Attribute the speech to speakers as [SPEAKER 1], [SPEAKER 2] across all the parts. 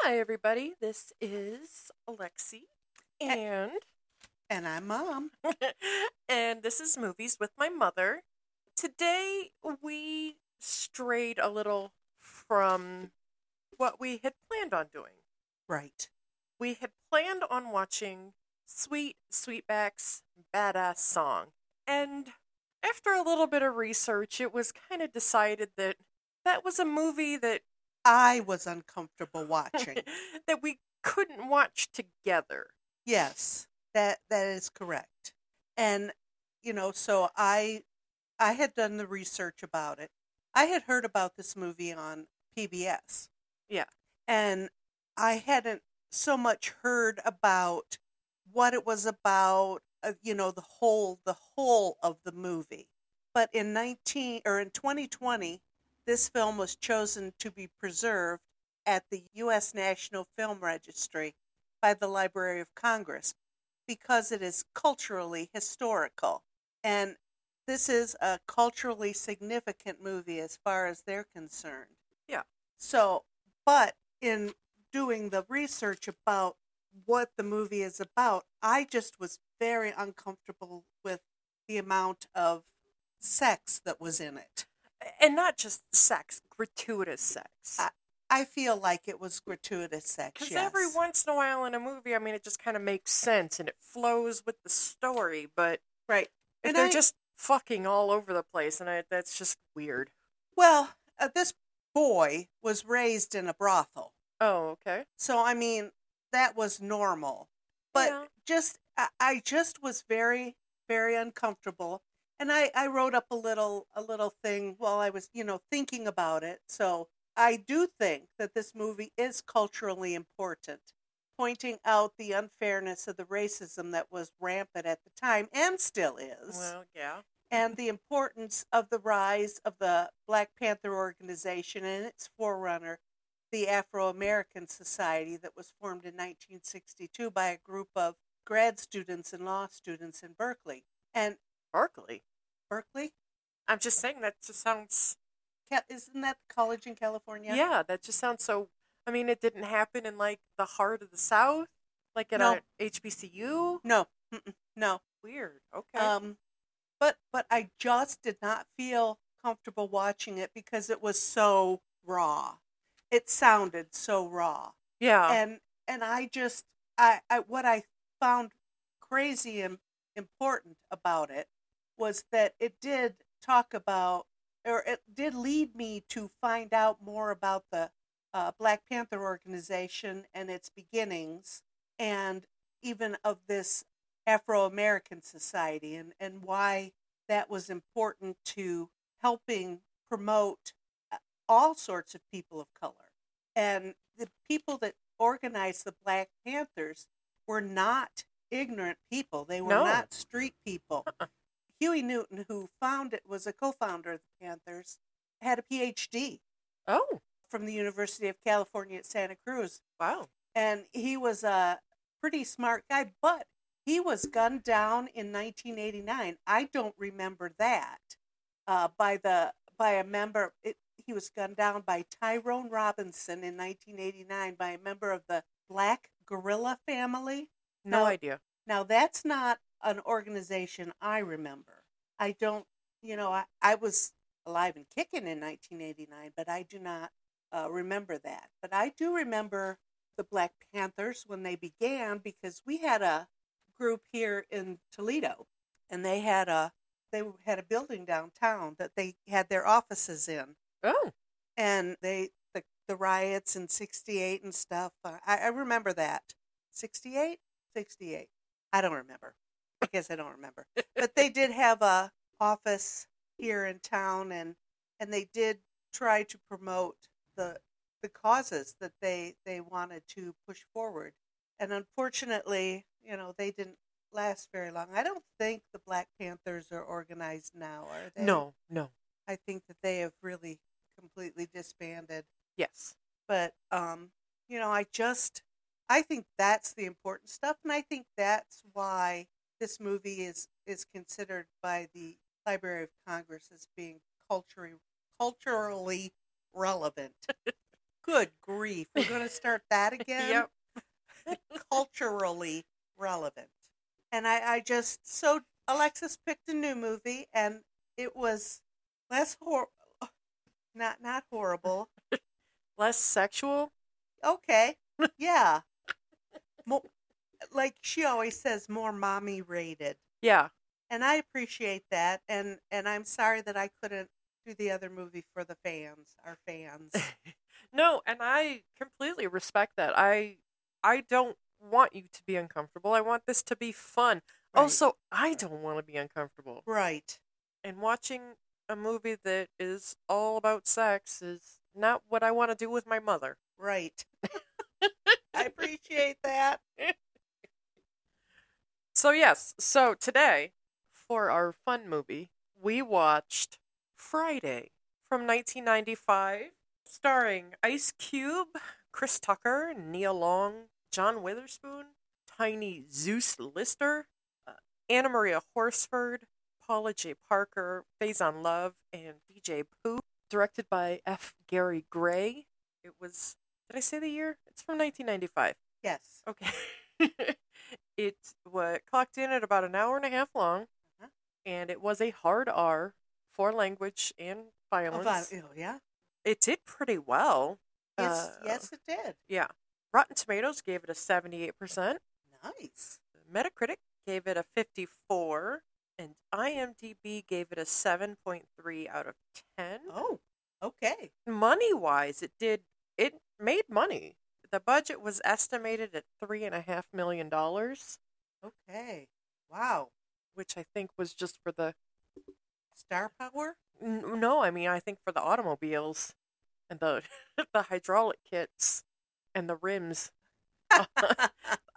[SPEAKER 1] Hi, everybody. This is Alexi, and
[SPEAKER 2] And I'm mom.
[SPEAKER 1] and this is movies with my mother. Today we strayed a little from what we had planned on doing.
[SPEAKER 2] Right.
[SPEAKER 1] We had planned on watching Sweet Sweetback's Badass Song, and after a little bit of research, it was kind of decided that that was a movie that
[SPEAKER 2] I was uncomfortable watching.
[SPEAKER 1] that we couldn't watch together.
[SPEAKER 2] yes, that that is correct. And you know, so I I had done the research about it. I had heard about this movie on PBS.
[SPEAKER 1] Yeah.
[SPEAKER 2] And I hadn't so much heard about what it was about, uh, you know, the whole the whole of the movie. But in 19 or in 2020, this film was chosen to be preserved at the US National Film Registry by the Library of Congress because it is culturally historical. And this is a culturally significant movie as far as they're concerned.
[SPEAKER 1] Yeah.
[SPEAKER 2] So, but in doing the research about what the movie is about, I just was very uncomfortable with the amount of sex that was in it.
[SPEAKER 1] and not just sex, gratuitous sex.
[SPEAKER 2] I- I feel like it was gratuitous sex.
[SPEAKER 1] Because
[SPEAKER 2] yes.
[SPEAKER 1] every once in a while in a movie, I mean, it just kind of makes sense and it flows with the story. But
[SPEAKER 2] right.
[SPEAKER 1] if
[SPEAKER 2] And
[SPEAKER 1] they're
[SPEAKER 2] I-
[SPEAKER 1] just fucking all over the place, and I, that's just weird.
[SPEAKER 2] Well, uh, this boy was raised in a brothel.
[SPEAKER 1] Oh, okay.
[SPEAKER 2] So, I mean, that was normal. But
[SPEAKER 1] Yeah.
[SPEAKER 2] just, I, I just was very, very uncomfortable. And I, I wrote up a little, a little thing while I was, you know, thinking about it. So I do think that this movie is culturally important, pointing out the unfairness of the racism that was rampant at the time and still is
[SPEAKER 1] well, yeah.
[SPEAKER 2] and the importance of the rise of the Black Panther organization and its forerunner, the Afro American Society, that was formed in 1962 by a group of grad students and law students in Berkeley. And
[SPEAKER 1] Berkeley.
[SPEAKER 2] Berkeley?
[SPEAKER 1] I'm just saying that just sounds.
[SPEAKER 2] Ca- Isn't that the college in California?
[SPEAKER 1] Yeah. that just sounds so. I mean, it didn't happen in like the heart of the South, like at uh,
[SPEAKER 2] No.
[SPEAKER 1] a HBCU.
[SPEAKER 2] No, mm-mm, no.
[SPEAKER 1] Weird. Okay.
[SPEAKER 2] Um, but but I just did not feel comfortable watching it because it was so raw. It sounded so raw.
[SPEAKER 1] yeah.
[SPEAKER 2] and and I just I, I what I found crazy and important about it was that it did talk about or it did lead me to find out more about the uh, Black Panther organization and its beginnings and even of this Afro American society and, and why that was important to helping promote uh, all sorts of people of color and the people that organized the Black Panthers were not ignorant people. They were
[SPEAKER 1] No.
[SPEAKER 2] not street people. Huey Newton, who found it, was a co-founder of the Panthers, had a PhD
[SPEAKER 1] oh,
[SPEAKER 2] from the University of California at Santa Cruz,
[SPEAKER 1] wow.
[SPEAKER 2] and he was a pretty smart guy. But he was gunned down in 1989. I don't remember that uh, by the by a member. It, he was gunned down by Tyrone Robinson in 1989 by a member of the Black Gorilla family.
[SPEAKER 1] No
[SPEAKER 2] No.
[SPEAKER 1] idea.
[SPEAKER 2] Now that's not an organization I remember. I don't, you know, I, I was alive and kicking in 1989, but I do not uh, remember that. But I do remember the Black Panthers when they began because we had a group here in Toledo, and they had a they had a building downtown that they had their offices in,
[SPEAKER 1] Oh,
[SPEAKER 2] and they the, the riots in 68 and stuff uh, I, I remember that 68 68 i don't remember i guess i don't remember but they did have a office here in town and and they did try to promote the the causes that they they wanted to push forward and unfortunately you know they didn't last very long i don't think the black panthers are organized now are they
[SPEAKER 1] no, no.
[SPEAKER 2] I think that they have really completely disbanded.
[SPEAKER 1] Yes.
[SPEAKER 2] But um, you know, I just I think that's the important stuff, and I think that's why this movie is is considered by the Library of Congress as being culturally culturally relevant. Good grief. We're going to start that again.
[SPEAKER 1] Yep.
[SPEAKER 2] Culturally relevant. And I, I just, so Alexis picked a new movie and it was less hor, not, not horrible.
[SPEAKER 1] Less sexual.
[SPEAKER 2] Okay. Yeah. More, like she always says, more mommy rated.
[SPEAKER 1] Yeah.
[SPEAKER 2] and I appreciate that. And and I'm sorry that I couldn't do the other movie for the fans, our fans.
[SPEAKER 1] No, and I completely respect that. I I don't want you to be uncomfortable. I want this to be fun. Also, I don't want to be uncomfortable.
[SPEAKER 2] right?
[SPEAKER 1] And watching a movie that is all about sex is not what I want to do with my mother.
[SPEAKER 2] Right. I appreciate that.
[SPEAKER 1] So yes, so today for our fun movie, we watched Friday from 1995, starring Ice Cube, Chris Tucker, Nia Long, John Witherspoon, Tiny Zeus Lister, uh, Anna Maria Horsford, Paula J. Parker, Faison Love, and DJ Pooh. Directed by F. Gary Gray. It was. Did I say the year? It's from 1995.
[SPEAKER 2] Yes.
[SPEAKER 1] Okay. it wa clocked in at about an hour and a half long,
[SPEAKER 2] Uh-huh.
[SPEAKER 1] and it was a hard R for language and violence.
[SPEAKER 2] About, oh, yeah.
[SPEAKER 1] It did pretty well.
[SPEAKER 2] Yes.
[SPEAKER 1] Uh,
[SPEAKER 2] yes, it did.
[SPEAKER 1] Yeah. Rotten Tomatoes gave it a 78%.
[SPEAKER 2] Nice.
[SPEAKER 1] Metacritic gave it a 54. And IMDb gave it a 7.3 out of 10.
[SPEAKER 2] Oh, okay.
[SPEAKER 1] Money wise, it did, it made money. The budget was estimated at $3.5 million.
[SPEAKER 2] Okay. Wow.
[SPEAKER 1] which I think was just for the
[SPEAKER 2] Star power.
[SPEAKER 1] n- no, I mean I think for the automobiles and the the hydraulic kits and the rims. Uh,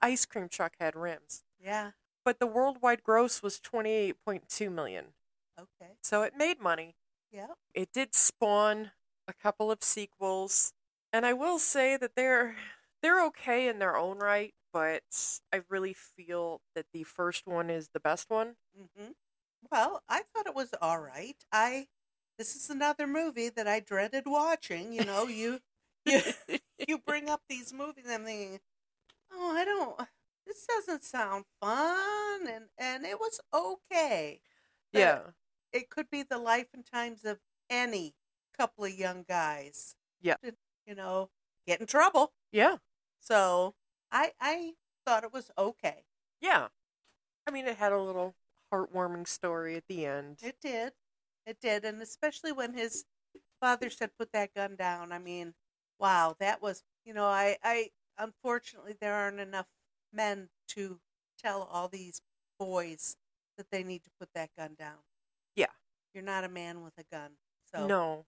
[SPEAKER 1] Ice cream truck had rims,
[SPEAKER 2] yeah.
[SPEAKER 1] but the worldwide gross was 28.2 million.
[SPEAKER 2] Okay.
[SPEAKER 1] So it made money.
[SPEAKER 2] Yeah.
[SPEAKER 1] It did spawn a couple of sequels, and I will say that they're they're okay in their own right, but I really feel that the first one is the best one.
[SPEAKER 2] Mm-hmm. Well, I thought it was all right. I this is another movie that I dreaded watching. You know, you you you bring up these movies, I'm thinking, oh, I don't. This doesn't sound fun, and and it was okay. But
[SPEAKER 1] yeah.
[SPEAKER 2] it could be the life and times of any couple of young guys.
[SPEAKER 1] Yeah.
[SPEAKER 2] you know, get in trouble.
[SPEAKER 1] Yeah.
[SPEAKER 2] So I I thought it was okay.
[SPEAKER 1] Yeah. I mean, it had a little heartwarming story at the end.
[SPEAKER 2] It did. It did. And especially when his father said, put that gun down. I mean, wow, that was, you know, I, I unfortunately, there aren't enough men to tell all these boys that they need to put that gun down.
[SPEAKER 1] Yeah.
[SPEAKER 2] You're not a man with a gun. So,
[SPEAKER 1] No.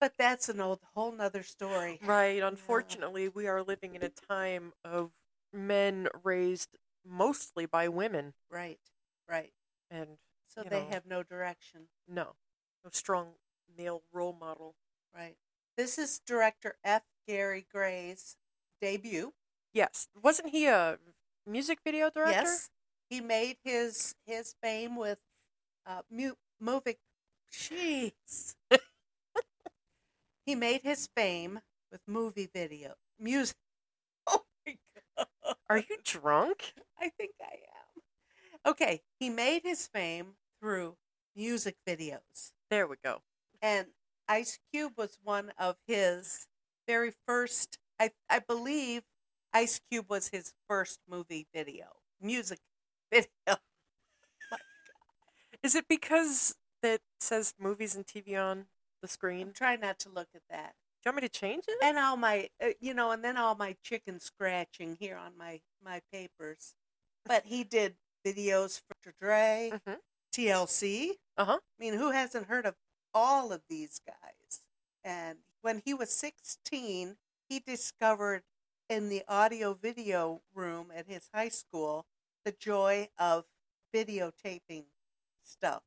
[SPEAKER 2] but that's an old, whole nother story.
[SPEAKER 1] Right. Unfortunately, we are living in a time of men raised mostly by women.
[SPEAKER 2] Right. Right.
[SPEAKER 1] And
[SPEAKER 2] So
[SPEAKER 1] You
[SPEAKER 2] they
[SPEAKER 1] know.
[SPEAKER 2] have no direction.
[SPEAKER 1] no, no strong male role model.
[SPEAKER 2] Right. This is director F. Gary Gray's debut.
[SPEAKER 1] Yes. Wasn't he a music video director?
[SPEAKER 2] Yes, he made his his fame with uh, mu- movie. Jeez, he made his fame with movie video music. Oh my god!
[SPEAKER 1] Are you drunk?
[SPEAKER 2] I think I am. Okay, he made his fame through music videos,
[SPEAKER 1] There we go.
[SPEAKER 2] and Ice Cube was one of his very first. I I believe Ice Cube was his first movie video music video.
[SPEAKER 1] Is it because that says movies and TV on the screen? Do
[SPEAKER 2] I'm trying not to look at that.
[SPEAKER 1] you want me to change it?
[SPEAKER 2] And all my, uh, you know, and then all my chicken scratching here on my my papers. But he did videos for Dre,
[SPEAKER 1] Mhm.
[SPEAKER 2] TLC.
[SPEAKER 1] Uh-huh.
[SPEAKER 2] I mean, who hasn't heard of all of these guys? And when he was 16, he discovered in the audio video room at his high school the joy of videotaping stuff.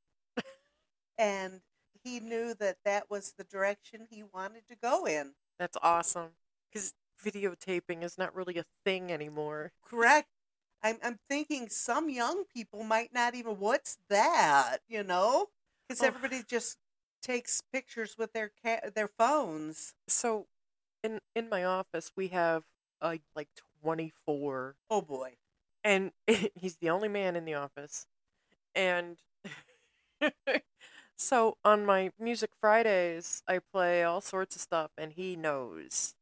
[SPEAKER 2] and he knew that that was the direction he wanted to go in.
[SPEAKER 1] That's awesome. Because videotaping is not really a thing anymore.
[SPEAKER 2] Correct. I'm, I'm thinking some young people might not even, what's that? You know? Because
[SPEAKER 1] Oh.
[SPEAKER 2] everybody just takes pictures with their ca- their phones.
[SPEAKER 1] So, in in my office we have like like 24
[SPEAKER 2] Oh boy.
[SPEAKER 1] and he's the only man in the office and so on my music fridays i play all sorts of stuff and he knows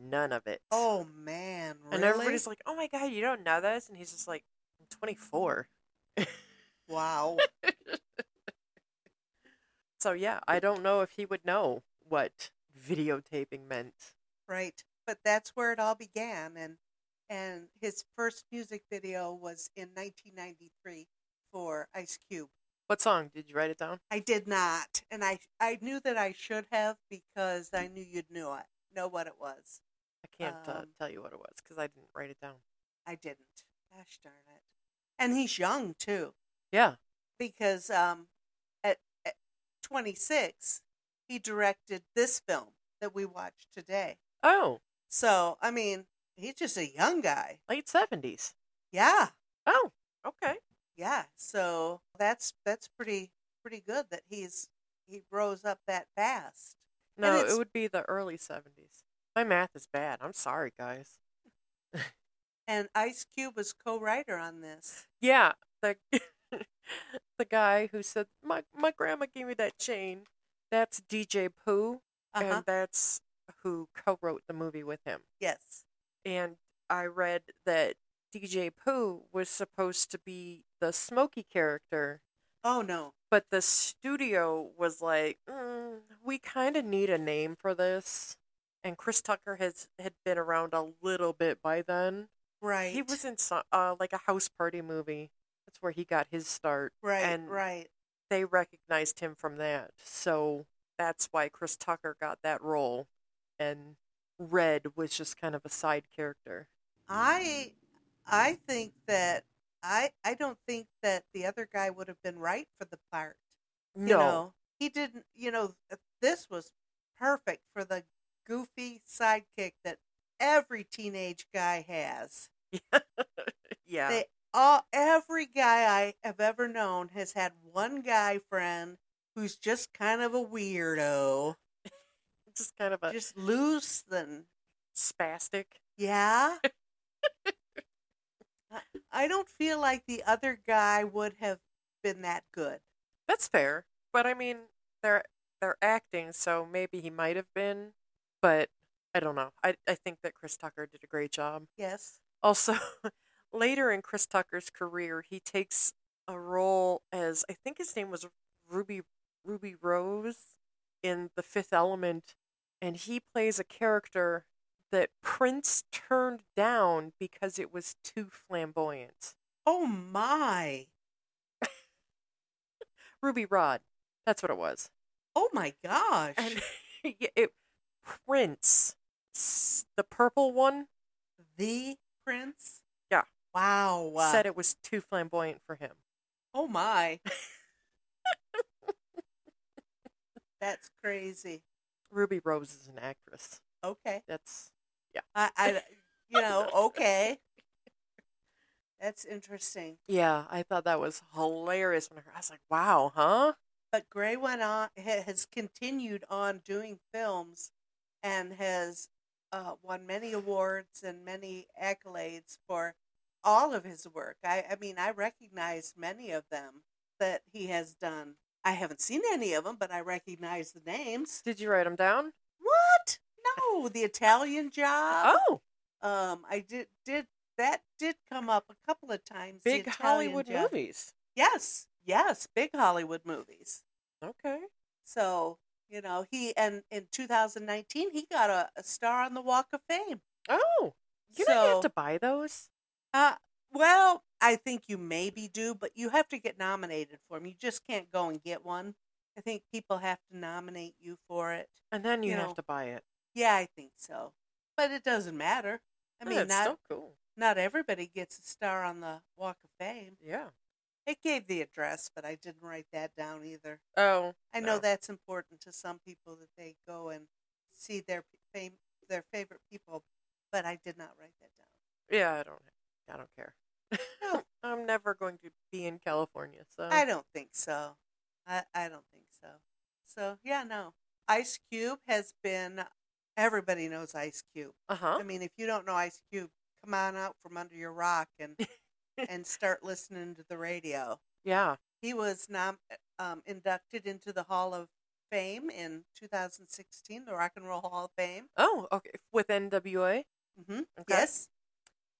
[SPEAKER 1] none of it
[SPEAKER 2] Oh man. Really?
[SPEAKER 1] and everybody's like oh my god you don't know this and he's just like i'm 24
[SPEAKER 2] wow.
[SPEAKER 1] so yeah i don't know if he would know what videotaping meant
[SPEAKER 2] Right. But that's where it all began and and his first music video was in 1993 for Ice Cube.
[SPEAKER 1] what song did you write it down
[SPEAKER 2] I did not. And I I knew that I should have because I knew you'd knew it. Know what it was.
[SPEAKER 1] i can't uh,
[SPEAKER 2] Um,
[SPEAKER 1] tell you what it was because i didn't write it down
[SPEAKER 2] I didn't. Gosh darn it. And he's young too
[SPEAKER 1] yeah
[SPEAKER 2] because um at, at 26 he directed this film that we watched today.
[SPEAKER 1] oh
[SPEAKER 2] So, I mean, he's just a young guy.
[SPEAKER 1] late 70s
[SPEAKER 2] Yeah.
[SPEAKER 1] oh okay
[SPEAKER 2] yeah so that's that's pretty pretty good that he's he rose up that fast And
[SPEAKER 1] No,
[SPEAKER 2] it's-
[SPEAKER 1] it would be the early 70s. My math is bad. I'm sorry, guys.
[SPEAKER 2] and ice cube was co-writer on this
[SPEAKER 1] Yeah, the the guy who said my my grandma gave me that chain. That's DJ Pooh,
[SPEAKER 2] uh-huh
[SPEAKER 1] and that's who co-wrote the movie with him.
[SPEAKER 2] yes
[SPEAKER 1] And I read that DJ Pooh was supposed to be the Smokey character,
[SPEAKER 2] oh no
[SPEAKER 1] but the studio was like, mm, we kind of need a name for this. And Chris Tucker has had been around a little bit by then.
[SPEAKER 2] right
[SPEAKER 1] He was in so- uh, like a house party movie. That's where he got his start.
[SPEAKER 2] right
[SPEAKER 1] and-
[SPEAKER 2] right
[SPEAKER 1] They recognized him from that, so that's why Chris Tucker got that role, and Red was just kind of a side character.
[SPEAKER 2] i i think that i i don't think that the other guy would have been right for the part
[SPEAKER 1] No,
[SPEAKER 2] you know he didn't you know this was perfect for the goofy sidekick that every teenage guy has
[SPEAKER 1] yeah,
[SPEAKER 2] They all every guy I have ever known has had one guy friend who's just kind of a weirdo,
[SPEAKER 1] just kind of a
[SPEAKER 2] just loose and
[SPEAKER 1] spastic.
[SPEAKER 2] yeah. I- I don't feel like the other guy would have been that good.
[SPEAKER 1] That's fair, but I mean, they're they're acting, so maybe he might have been, but I don't know. I I think that Chris Tucker did a great job.
[SPEAKER 2] Yes.
[SPEAKER 1] Also, later in Chris Tucker's career, he takes a role as I think his name was Ruby Ruby Rose in The Fifth Element, and he plays a character that Prince turned down because it was too flamboyant.
[SPEAKER 2] Oh my.
[SPEAKER 1] Ruby Rod, that's what it was.
[SPEAKER 2] Oh my gosh.
[SPEAKER 1] And yeah, it Prince, s- the purple one,
[SPEAKER 2] the prince?
[SPEAKER 1] Yeah.
[SPEAKER 2] Wow.
[SPEAKER 1] said it was too flamboyant for him.
[SPEAKER 2] Oh my. That's crazy.
[SPEAKER 1] Ruby Rose is an actress.
[SPEAKER 2] Okay.
[SPEAKER 1] That's
[SPEAKER 2] I, I you know, okay. That's interesting.
[SPEAKER 1] Yeah, I thought that was hilarious when I heard. I was like, "Wow, huh?"
[SPEAKER 2] But Gray went on, ha- has continued on doing films and has uh, won many awards and many accolades for all of his work. I, I mean, I recognize many of them that he has done. I haven't seen any of them, but I recognize the names.
[SPEAKER 1] Did you write them down?
[SPEAKER 2] What? No, the Italian job.
[SPEAKER 1] Oh,
[SPEAKER 2] Um, I did did that did come up a couple of times. the
[SPEAKER 1] big
[SPEAKER 2] Italian
[SPEAKER 1] Hollywood
[SPEAKER 2] Job.
[SPEAKER 1] movies.
[SPEAKER 2] Yes, yes, big Hollywood movies.
[SPEAKER 1] Okay.
[SPEAKER 2] So you know he and in 2019 he got a, a star on the Walk of Fame.
[SPEAKER 1] Oh, you
[SPEAKER 2] so
[SPEAKER 1] don't have to buy those.
[SPEAKER 2] uh, well, I think you maybe do, but you have to get nominated for them. You just can't go and get one. I think people have to nominate you for it.
[SPEAKER 1] And then you,
[SPEAKER 2] you
[SPEAKER 1] have
[SPEAKER 2] know,
[SPEAKER 1] to buy it.
[SPEAKER 2] Yeah, I think so, but it doesn't matter. I
[SPEAKER 1] Oh,
[SPEAKER 2] mean,
[SPEAKER 1] that's
[SPEAKER 2] not
[SPEAKER 1] so cool.
[SPEAKER 2] not everybody gets a star on the Walk of Fame.
[SPEAKER 1] Yeah.
[SPEAKER 2] It gave the address, but I didn't write that down either.
[SPEAKER 1] Oh,
[SPEAKER 2] I know
[SPEAKER 1] No.
[SPEAKER 2] that's important to some people that they go and see their fam- their favorite people, but I did not write that down.
[SPEAKER 1] yeah. I don't. I don't care.
[SPEAKER 2] No.
[SPEAKER 1] I'm never going to be in California, so
[SPEAKER 2] I don't think so. I, I don't think so. So yeah, no. Ice Cube has been everybody knows Ice Cube.
[SPEAKER 1] Uh huh.
[SPEAKER 2] I mean, if you don't know Ice Cube, come on out from under your rock and and start listening to the radio.
[SPEAKER 1] Yeah.
[SPEAKER 2] He was nom- um, inducted into the Hall of Fame in 2016, the Rock and Roll Hall of Fame.
[SPEAKER 1] Oh, okay. With NWA.
[SPEAKER 2] hmm
[SPEAKER 1] Okay.
[SPEAKER 2] Yes.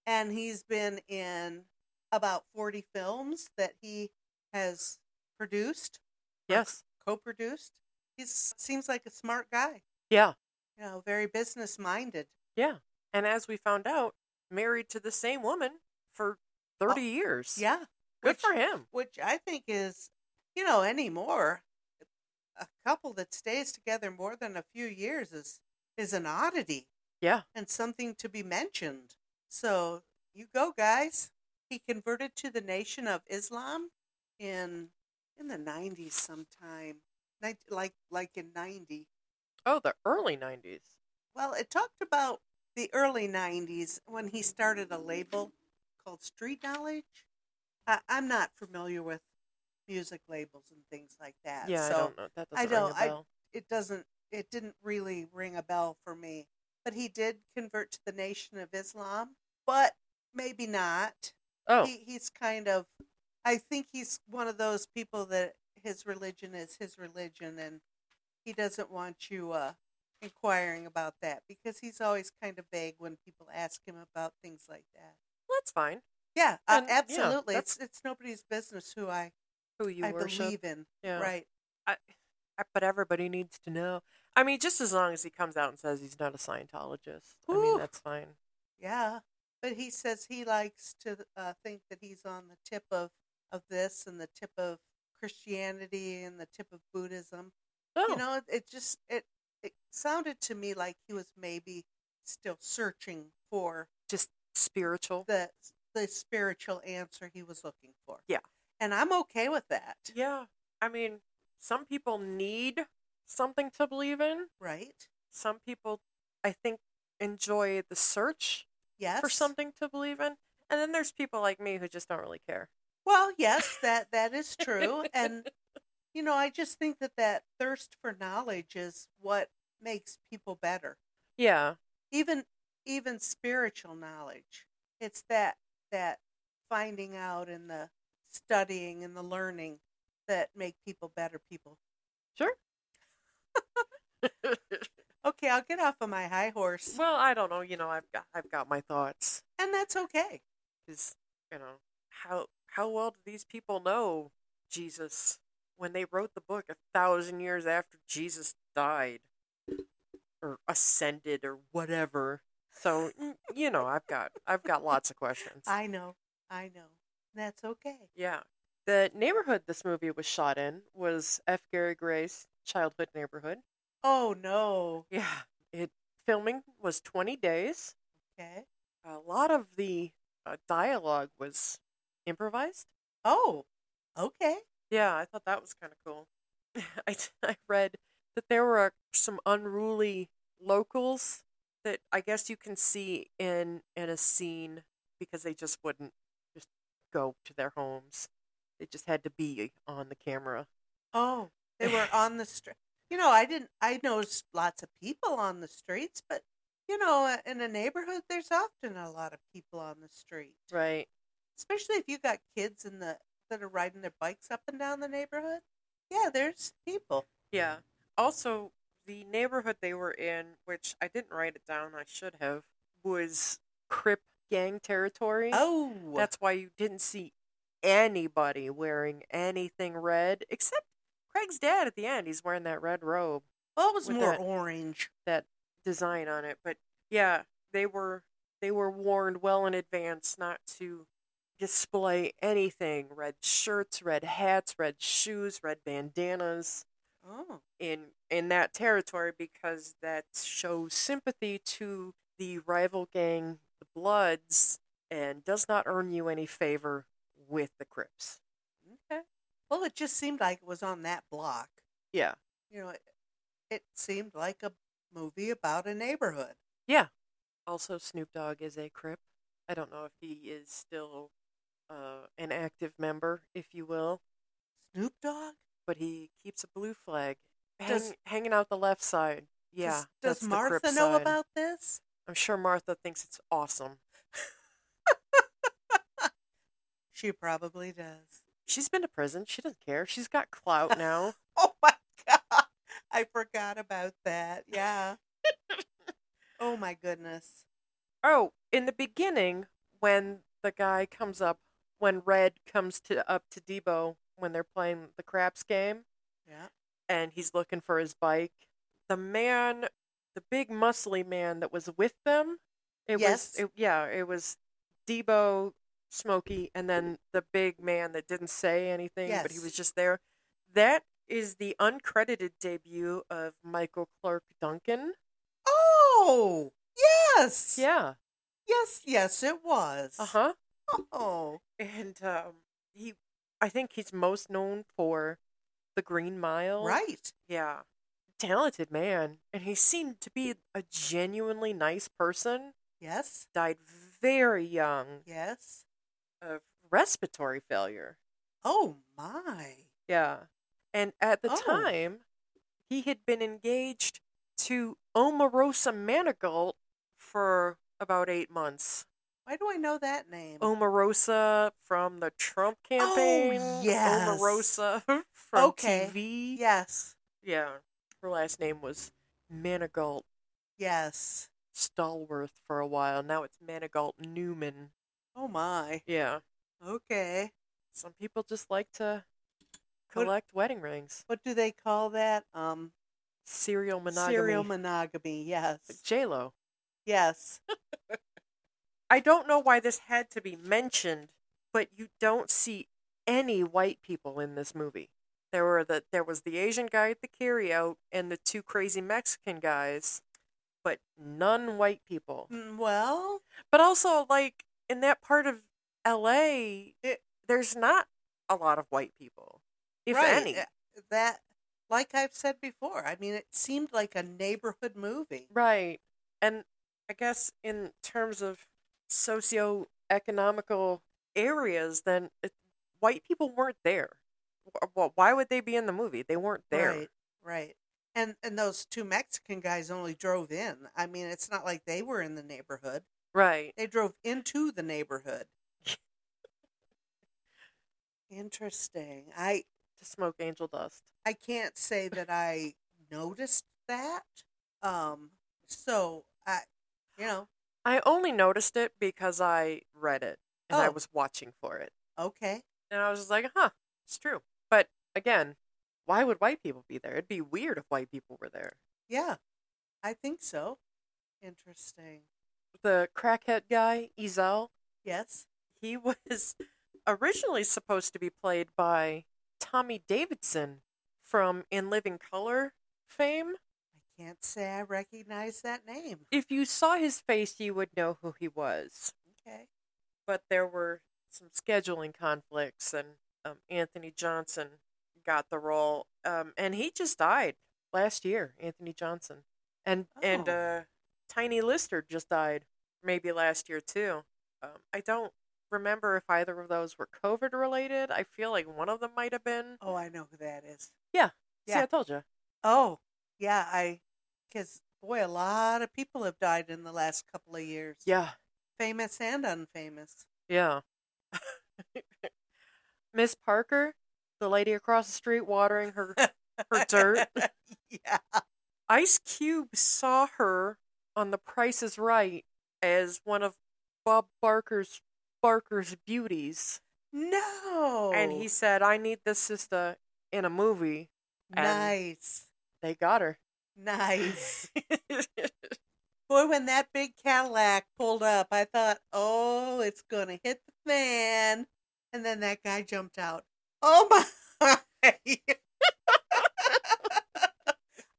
[SPEAKER 2] And he's been in about 40 films that he has produced,
[SPEAKER 1] Yes.
[SPEAKER 2] co-produced. He seems like a smart guy,
[SPEAKER 1] Yeah.
[SPEAKER 2] you know, very business minded.
[SPEAKER 1] Yeah. And as we found out, married to the same woman for 30 years.
[SPEAKER 2] Oh, Yeah.
[SPEAKER 1] Good
[SPEAKER 2] which-
[SPEAKER 1] for him.
[SPEAKER 2] Which I think is, you know, anymore, a couple that stays together more than a few years is is an oddity.
[SPEAKER 1] Yeah.
[SPEAKER 2] and something to be mentioned. So you go, guys. He converted to the Nation of Islam in in the nineties sometime, Nin- like like in ninety.
[SPEAKER 1] Oh, the early 90s.
[SPEAKER 2] Well, it talked about the early nineties when he started a label called Street Knowledge. I, I'm not familiar with music labels and things like that.
[SPEAKER 1] Yeah,
[SPEAKER 2] so
[SPEAKER 1] I don't know. That doesn't
[SPEAKER 2] I
[SPEAKER 1] ring
[SPEAKER 2] don't-
[SPEAKER 1] a
[SPEAKER 2] I-
[SPEAKER 1] bell.
[SPEAKER 2] it doesn't it didn't really ring a bell for me but he did convert to the nation of islam but maybe not
[SPEAKER 1] oh,
[SPEAKER 2] he, he's kind of i think he's one of those people that his religion is his religion and he doesn't want you uh inquiring about that because he's always kind of vague when people ask him about things like that
[SPEAKER 1] that's fine.
[SPEAKER 2] yeah uh,
[SPEAKER 1] And, yeah,
[SPEAKER 2] absolutely
[SPEAKER 1] that's-
[SPEAKER 2] it's it's nobody's business who i
[SPEAKER 1] Who you
[SPEAKER 2] i
[SPEAKER 1] worship.
[SPEAKER 2] believe in
[SPEAKER 1] yeah.
[SPEAKER 2] right
[SPEAKER 1] I- But everybody needs to know. I mean, just as long as he comes out and says he's not a Scientologist. I mean,
[SPEAKER 2] Whew.
[SPEAKER 1] that's fine.
[SPEAKER 2] Yeah, but he says he likes to uh, think that he's on the tip of of this and the tip of Christianity and the tip of Buddhism.
[SPEAKER 1] Oh,
[SPEAKER 2] You know, it, it just it it sounded to me like he was maybe still searching for
[SPEAKER 1] just spiritual.
[SPEAKER 2] the the spiritual answer he was looking for.
[SPEAKER 1] Yeah.
[SPEAKER 2] and I'm okay with that.
[SPEAKER 1] Yeah. I mean, some people need something to believe in.
[SPEAKER 2] Right?
[SPEAKER 1] Some people, I think, enjoy the search
[SPEAKER 2] Yes.
[SPEAKER 1] for something to believe in. And then there's people like me who just don't really care.
[SPEAKER 2] Well, yes, that that is true, and you know, I just think that that thirst for knowledge is what makes people better.
[SPEAKER 1] Yeah.
[SPEAKER 2] even even spiritual knowledge it's that that finding out and the studying and the learning that make people better people okay i'll get off of my high horse
[SPEAKER 1] well, I don't know. You know, I've got I've got my thoughts
[SPEAKER 2] and that's okay
[SPEAKER 1] because you know how how well do these people know Jesus when they wrote the book a thousand years after Jesus died or ascended or whatever. So mm, you know, I've got I've got lots of questions.
[SPEAKER 2] i know i know that's okay
[SPEAKER 1] Yeah. The neighborhood this movie was shot in was F. Gary Gray's childhood neighborhood.
[SPEAKER 2] oh no
[SPEAKER 1] Yeah. It filming was 20 days.
[SPEAKER 2] okay
[SPEAKER 1] A lot of the uh, dialogue was improvised.
[SPEAKER 2] oh okay
[SPEAKER 1] Yeah, I thought that was kind of cool. I, I read that there were some unruly locals that I guess you can see in in a scene because they just wouldn't just go to their homes. They just had to be on the camera.
[SPEAKER 2] oh they were on the street you know i didn't i noticed lots of people on the streets but you know in a neighborhood there's often a lot of people on the street
[SPEAKER 1] Right.
[SPEAKER 2] especially if you got kids in the that are riding their bikes up and down the neighborhood. Yeah, there's people.
[SPEAKER 1] Yeah. Also, the neighborhood they were in, which I didn't write it down, I should have, was Crip gang territory.
[SPEAKER 2] Oh,
[SPEAKER 1] That's why you didn't see anybody wearing anything red except Craig's dad at the end. He's wearing that red robe
[SPEAKER 2] well, it was
[SPEAKER 1] with
[SPEAKER 2] more
[SPEAKER 1] that-
[SPEAKER 2] orange.
[SPEAKER 1] design on it. But yeah, they were they were warned well in advance not to display anything red shirts, red hats, red shoes, red bandanas.
[SPEAKER 2] Oh,
[SPEAKER 1] in in that territory because that shows sympathy to the rival gang, the Bloods, and does not earn you any favor with the Crips.
[SPEAKER 2] okay. Well, it just seemed like it was on that block.
[SPEAKER 1] Yeah,
[SPEAKER 2] You know, it, it seemed like a movie about a neighborhood.
[SPEAKER 1] yeah. Also, Snoop Dogg is a Crip. I don't know if he is still uh, an active member, if you will,
[SPEAKER 2] Snoop Dogg.
[SPEAKER 1] but he keeps a blue flag hang,
[SPEAKER 2] Does-
[SPEAKER 1] hanging out the left side. Yeah.
[SPEAKER 2] Does,
[SPEAKER 1] that's the
[SPEAKER 2] Martha
[SPEAKER 1] Crip
[SPEAKER 2] know
[SPEAKER 1] side.
[SPEAKER 2] about this?
[SPEAKER 1] I'm sure Martha thinks it's awesome.
[SPEAKER 2] She probably does.
[SPEAKER 1] She's been to prison. She doesn't care. She's got clout now.
[SPEAKER 2] Oh my god. I forgot about that. Yeah. oh my goodness.
[SPEAKER 1] oh, in the beginning, when the guy comes up, when Red comes to up to Debo when they're playing the craps game,
[SPEAKER 2] Yeah.
[SPEAKER 1] and he's looking for his bike. The man, the big muscly man that was with them, it
[SPEAKER 2] Yes.
[SPEAKER 1] was it, yeah, it was Debo, Smokey, and then the big man that didn't say anything, but he
[SPEAKER 2] Yes.
[SPEAKER 1] was just there. That is the uncredited debut of Michael Clark Duncan.
[SPEAKER 2] Oh yes.
[SPEAKER 1] Yeah.
[SPEAKER 2] Yes, yes, it was.
[SPEAKER 1] Uh huh.
[SPEAKER 2] Oh.
[SPEAKER 1] And um, he, I think he's most known for the Green Mile.
[SPEAKER 2] Right.
[SPEAKER 1] Yeah. Talented man. And he seemed to be a genuinely nice person.
[SPEAKER 2] Yes.
[SPEAKER 1] Died very young
[SPEAKER 2] Yes.
[SPEAKER 1] of respiratory failure.
[SPEAKER 2] Oh my.
[SPEAKER 1] Yeah. And at the
[SPEAKER 2] Oh.
[SPEAKER 1] time, he had been engaged to Omarosa Manigault for about eight months.
[SPEAKER 2] Why do I know that name?
[SPEAKER 1] Oh, Omarosa from the Trump campaign.
[SPEAKER 2] Oh, yes.
[SPEAKER 1] Omarosa from
[SPEAKER 2] Okay.
[SPEAKER 1] TV.
[SPEAKER 2] Yes.
[SPEAKER 1] Yeah. Her last name was Manigault.
[SPEAKER 2] Yes.
[SPEAKER 1] Stallworth for a while. Now it's Manigault Newman.
[SPEAKER 2] Oh my.
[SPEAKER 1] Yeah.
[SPEAKER 2] Okay.
[SPEAKER 1] Some people just like to
[SPEAKER 2] What-
[SPEAKER 1] collect wedding rings.
[SPEAKER 2] What do they call that? Um
[SPEAKER 1] Serial monogamy.
[SPEAKER 2] serial monogamy. Yes.
[SPEAKER 1] J Lo.
[SPEAKER 2] Yes.
[SPEAKER 1] I don't know why this had to be mentioned, but you don't see any white people in this movie. There were the there was the Asian guy at the carryout and the two crazy Mexican guys, but none white people.
[SPEAKER 2] Mm, Well,
[SPEAKER 1] But also, like in that part of LA,
[SPEAKER 2] It-
[SPEAKER 1] there's not a lot of white people, if
[SPEAKER 2] right,
[SPEAKER 1] any.
[SPEAKER 2] uh, That, like I've said before, I mean, it seemed like a neighborhood movie.
[SPEAKER 1] Right. And I guess in terms of socio-economical areas, then it, white people weren't there. Wh- wh- Why would they be in the movie? They weren't there.
[SPEAKER 2] Right. Right. And and those two Mexican guys only drove in. I mean, it's not like they were in the neighborhood.
[SPEAKER 1] Right.
[SPEAKER 2] They drove into the neighborhood. Interesting. I
[SPEAKER 1] To smoke angel dust.
[SPEAKER 2] I can't say that I noticed that. Um so I you know,
[SPEAKER 1] I only noticed it because I read it and I
[SPEAKER 2] Oh.
[SPEAKER 1] was watching for it.
[SPEAKER 2] okay.
[SPEAKER 1] And I was just like, huh, it's true. But again, why would white people be there? It'd be weird if white people were there.
[SPEAKER 2] Yeah. I think so. Interesting.
[SPEAKER 1] The crackhead guy, Ezel,
[SPEAKER 2] Yes.
[SPEAKER 1] he was originally supposed to be played by Tommy Davidson from In Living Color fame.
[SPEAKER 2] I can't say I recognize that name.
[SPEAKER 1] If you saw his face, you would know who he was.
[SPEAKER 2] Okay.
[SPEAKER 1] But there were some scheduling conflicts, and um, Anthony Johnson got the role. Um, and he just died last year, Anthony Johnson. And, and
[SPEAKER 2] Oh.
[SPEAKER 1] uh, Tiny Lister just died maybe last year, too. Um, I don't remember if either of those were COVID related. I feel like one of them might have been.
[SPEAKER 2] Oh, I know who that is.
[SPEAKER 1] Yeah. See,
[SPEAKER 2] Yeah.
[SPEAKER 1] I told you.
[SPEAKER 2] Oh, yeah, I cuz boy, a lot of people have died in the last couple of years.
[SPEAKER 1] Yeah.
[SPEAKER 2] Famous and unfamous.
[SPEAKER 1] Yeah. Miss Parker, the lady across the street watering her her dirt.
[SPEAKER 2] yeah.
[SPEAKER 1] Ice Cube saw her on The Price is Right as one of Bob Barker's Barker's beauties.
[SPEAKER 2] No.
[SPEAKER 1] And he said, I need this sister in a movie. and-
[SPEAKER 2] nice.
[SPEAKER 1] They got her.
[SPEAKER 2] Nice. Boy, when that big Cadillac pulled up, I thought, oh, it's going to hit the fan. And then that guy jumped out. Oh, my.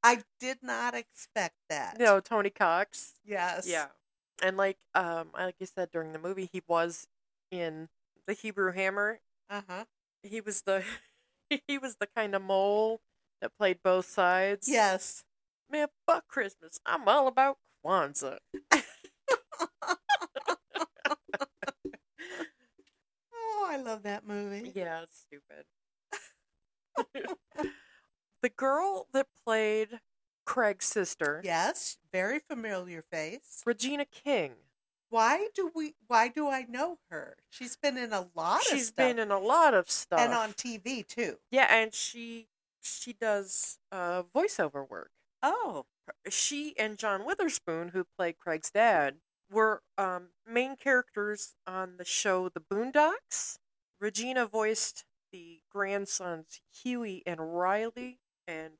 [SPEAKER 2] I did not expect that.
[SPEAKER 1] no, Tony Cox.
[SPEAKER 2] Yes.
[SPEAKER 1] Yeah. And like um I- like you said during the movie, he was in the Hebrew Hammer
[SPEAKER 2] Uh huh.
[SPEAKER 1] he was the he was the kind of mole that played both sides.
[SPEAKER 2] Yes.
[SPEAKER 1] Man, fuck Christmas. I'm all about Kwanzaa.
[SPEAKER 2] Oh, I love that movie.
[SPEAKER 1] Yeah, it's stupid. the girl that played Craig's sister,
[SPEAKER 2] Yes, very familiar face.
[SPEAKER 1] Regina King.
[SPEAKER 2] Why do we? Why do I know her? She's been in a lot
[SPEAKER 1] She's
[SPEAKER 2] of stuff,
[SPEAKER 1] been in a lot of stuff.
[SPEAKER 2] and on TV too.
[SPEAKER 1] yeah, and she she does uh, voiceover work.
[SPEAKER 2] Oh,
[SPEAKER 1] She and John Witherspoon, who played Craig's dad, were um, main characters on the show The Boondocks. Regina voiced the grandsons Huey and Riley, and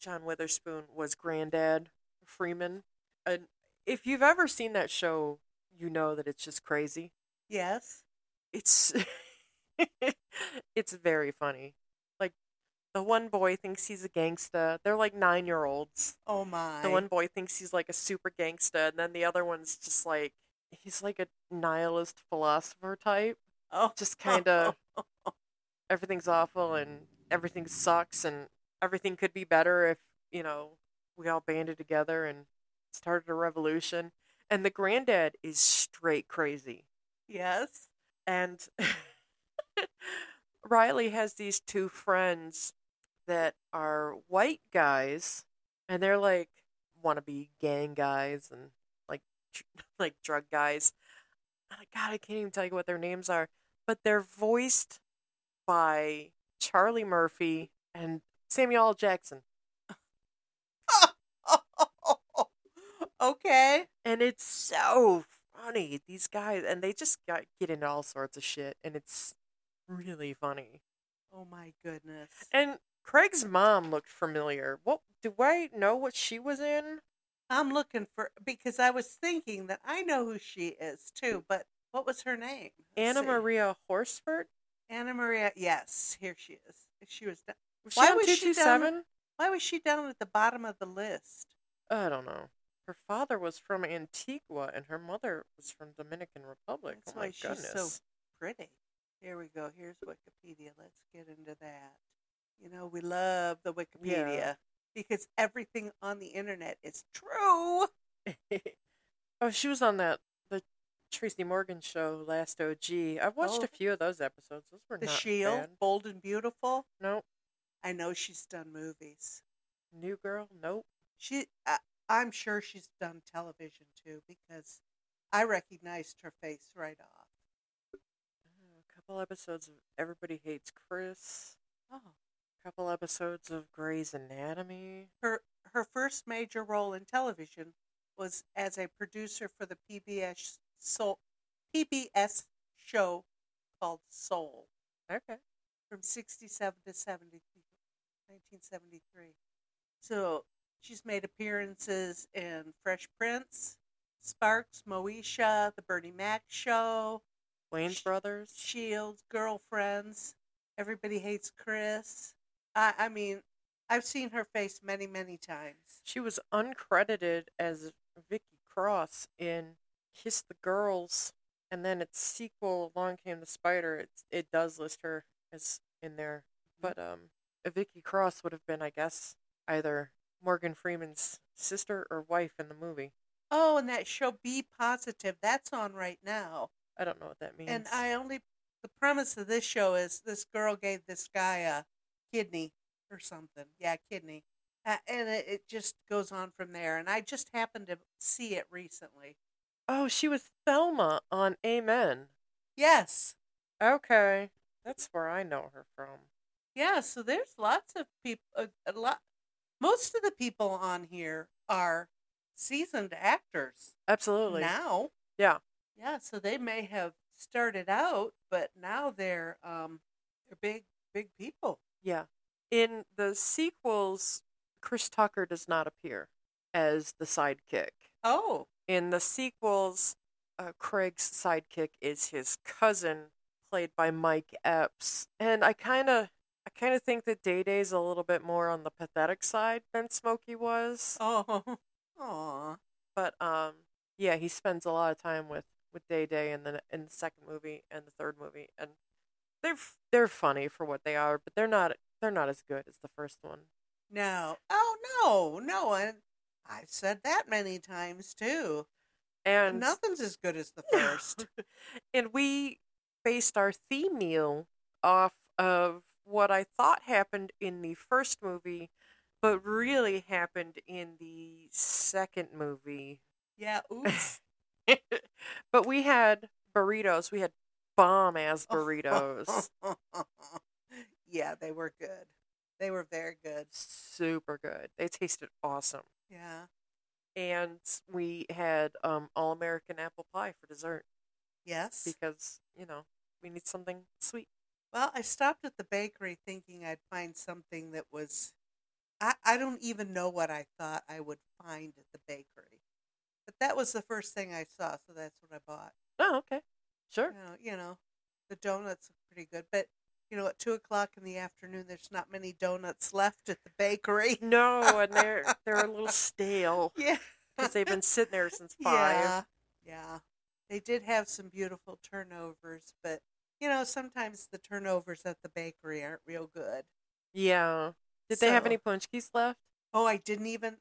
[SPEAKER 1] John Witherspoon was granddad Freeman. And if you've ever seen that show, you know that it's just crazy.
[SPEAKER 2] yes.
[SPEAKER 1] it's it's very funny. Like the one boy thinks he's a gangsta. They're like nine year olds.
[SPEAKER 2] Oh my.
[SPEAKER 1] The one boy thinks he's like a super gangsta, and then the other one's just like he's like a nihilist philosopher type.
[SPEAKER 2] oh,
[SPEAKER 1] Just kind of everything's awful and everything sucks and everything could be better if you know we all banded together and started a revolution. And the granddad is straight crazy.
[SPEAKER 2] yes.
[SPEAKER 1] and Riley has these two friends that are white guys, and they're like wannabe gang guys and like tr- like drug guys. And I- God, I can't even tell you what their names are, but they're voiced by Charlie Murphy and Samuel L. Jackson,
[SPEAKER 2] okay.
[SPEAKER 1] and it's so funny. These guys, and they just got, get into all sorts of shit, and it's really funny.
[SPEAKER 2] Oh my goodness.
[SPEAKER 1] And Craig's mom looked familiar. What do I know what she was in?
[SPEAKER 2] I'm looking for because I was thinking that I know who she is too, but what was her name? Let's
[SPEAKER 1] Anna
[SPEAKER 2] see.
[SPEAKER 1] Maria Horsford?
[SPEAKER 2] Anna Maria. Yes, here she is. She was. Down,
[SPEAKER 1] Was she
[SPEAKER 2] Why
[SPEAKER 1] on
[SPEAKER 2] was she
[SPEAKER 1] 227?
[SPEAKER 2] why was she down at the bottom of the list?
[SPEAKER 1] I don't know. Her father was from Antigua and her mother was from Dominican Republic.
[SPEAKER 2] That's
[SPEAKER 1] oh my
[SPEAKER 2] why she's so-
[SPEAKER 1] goodness.
[SPEAKER 2] Pretty. Here we go. Here's Wikipedia. Let's get into that. You know, we love the Wikipedia because everything on the internet is true.
[SPEAKER 1] oh, she was on that the Tracy Morgan show last OG. I've watched
[SPEAKER 2] Oh.
[SPEAKER 1] a few of those episodes. Those were
[SPEAKER 2] The
[SPEAKER 1] not
[SPEAKER 2] Shield,
[SPEAKER 1] bad.
[SPEAKER 2] Bold and Beautiful.
[SPEAKER 1] Nope.
[SPEAKER 2] I know she's done movies.
[SPEAKER 1] New Girl. Nope.
[SPEAKER 2] She, I, I'm sure she's done television too because I recognized her face right off.
[SPEAKER 1] Oh, A couple episodes of Everybody Hates Chris.
[SPEAKER 2] Oh,
[SPEAKER 1] couple episodes of Grey's Anatomy.
[SPEAKER 2] her her first major role in television was as a producer for the PBS Soul PBS show called Soul
[SPEAKER 1] Okay.
[SPEAKER 2] from 67 to 70, 1973. So she's made appearances in Fresh Prince, Sparks, Moesha, The Bernie Mac Show,
[SPEAKER 1] Wayne's
[SPEAKER 2] Sh-
[SPEAKER 1] Brothers.
[SPEAKER 2] Shields, Girlfriends, Everybody Hates Chris. I, I mean, I've seen her face many, many times.
[SPEAKER 1] She was uncredited as Vicky Cross in Kiss the Girls, and then its sequel, Along Came the Spider. It it does list her as in there,
[SPEAKER 2] Mm-hmm.
[SPEAKER 1] but um, Vicky Cross would have been, I guess, either Morgan Freeman's sister or wife in the movie.
[SPEAKER 2] Oh, and that show Be Positive, that's on right now.
[SPEAKER 1] I don't know what that means.
[SPEAKER 2] And I only, the premise of this show is this girl gave this guy a kidney or something. Yeah, kidney. Uh, and it, it just goes on from there. And I just happened to see it recently.
[SPEAKER 1] oh, she was Thelma on Amen.
[SPEAKER 2] Yes.
[SPEAKER 1] Okay, that's where I know her from.
[SPEAKER 2] Yeah, so there's lots of people. A, a lot, most of the people on here are seasoned actors
[SPEAKER 1] Absolutely.
[SPEAKER 2] now.
[SPEAKER 1] Yeah.
[SPEAKER 2] yeah. So they may have started out, but now they're um they're big big people.
[SPEAKER 1] Yeah. In the sequels, Chris Tucker does not appear as the sidekick.
[SPEAKER 2] Oh,
[SPEAKER 1] In the sequels, uh, Craig's sidekick is his cousin, played by Mike Epps, and I kind of, I kind of think that Day Day's a little bit more on the pathetic side than Smokey was.
[SPEAKER 2] oh, aw.
[SPEAKER 1] But um, yeah, he spends a lot of time with with Day Day in the in the second movie and the third movie, and they're f- they're funny for what they are, but they're not they're not as good as the first one.
[SPEAKER 2] No, oh no, no. And I've said that many times too.
[SPEAKER 1] And
[SPEAKER 2] Nothing's as good as the first.
[SPEAKER 1] and we based our theme meal off of what I thought happened in the first movie but really happened in the second movie.
[SPEAKER 2] Yeah. Oops.
[SPEAKER 1] but we had burritos. We had bomb ass burritos.
[SPEAKER 2] yeah, they were good. They were very good.
[SPEAKER 1] Super good. They tasted awesome.
[SPEAKER 2] Yeah.
[SPEAKER 1] And we had um, all American apple pie for dessert
[SPEAKER 2] Yes.
[SPEAKER 1] because, you know, we need something sweet.
[SPEAKER 2] Well, I stopped at the bakery thinking I'd find something that was. I, I don't even know what I thought I would find at the bakery. But that was the first thing I saw, so that's what I bought.
[SPEAKER 1] Oh, okay. Sure.
[SPEAKER 2] You know, you know the donuts are pretty good. But, you know, at 2 o'clock in the afternoon, there's not many donuts left at the bakery.
[SPEAKER 1] No, and they're they're a little stale
[SPEAKER 2] Yeah.
[SPEAKER 1] because they've been sitting there since five.
[SPEAKER 2] Yeah, yeah. They did have some beautiful turnovers, but you know, sometimes the turnovers at the bakery aren't real good.
[SPEAKER 1] Yeah. Did they have
[SPEAKER 2] So-
[SPEAKER 1] any punchkis left?
[SPEAKER 2] Oh, I didn't even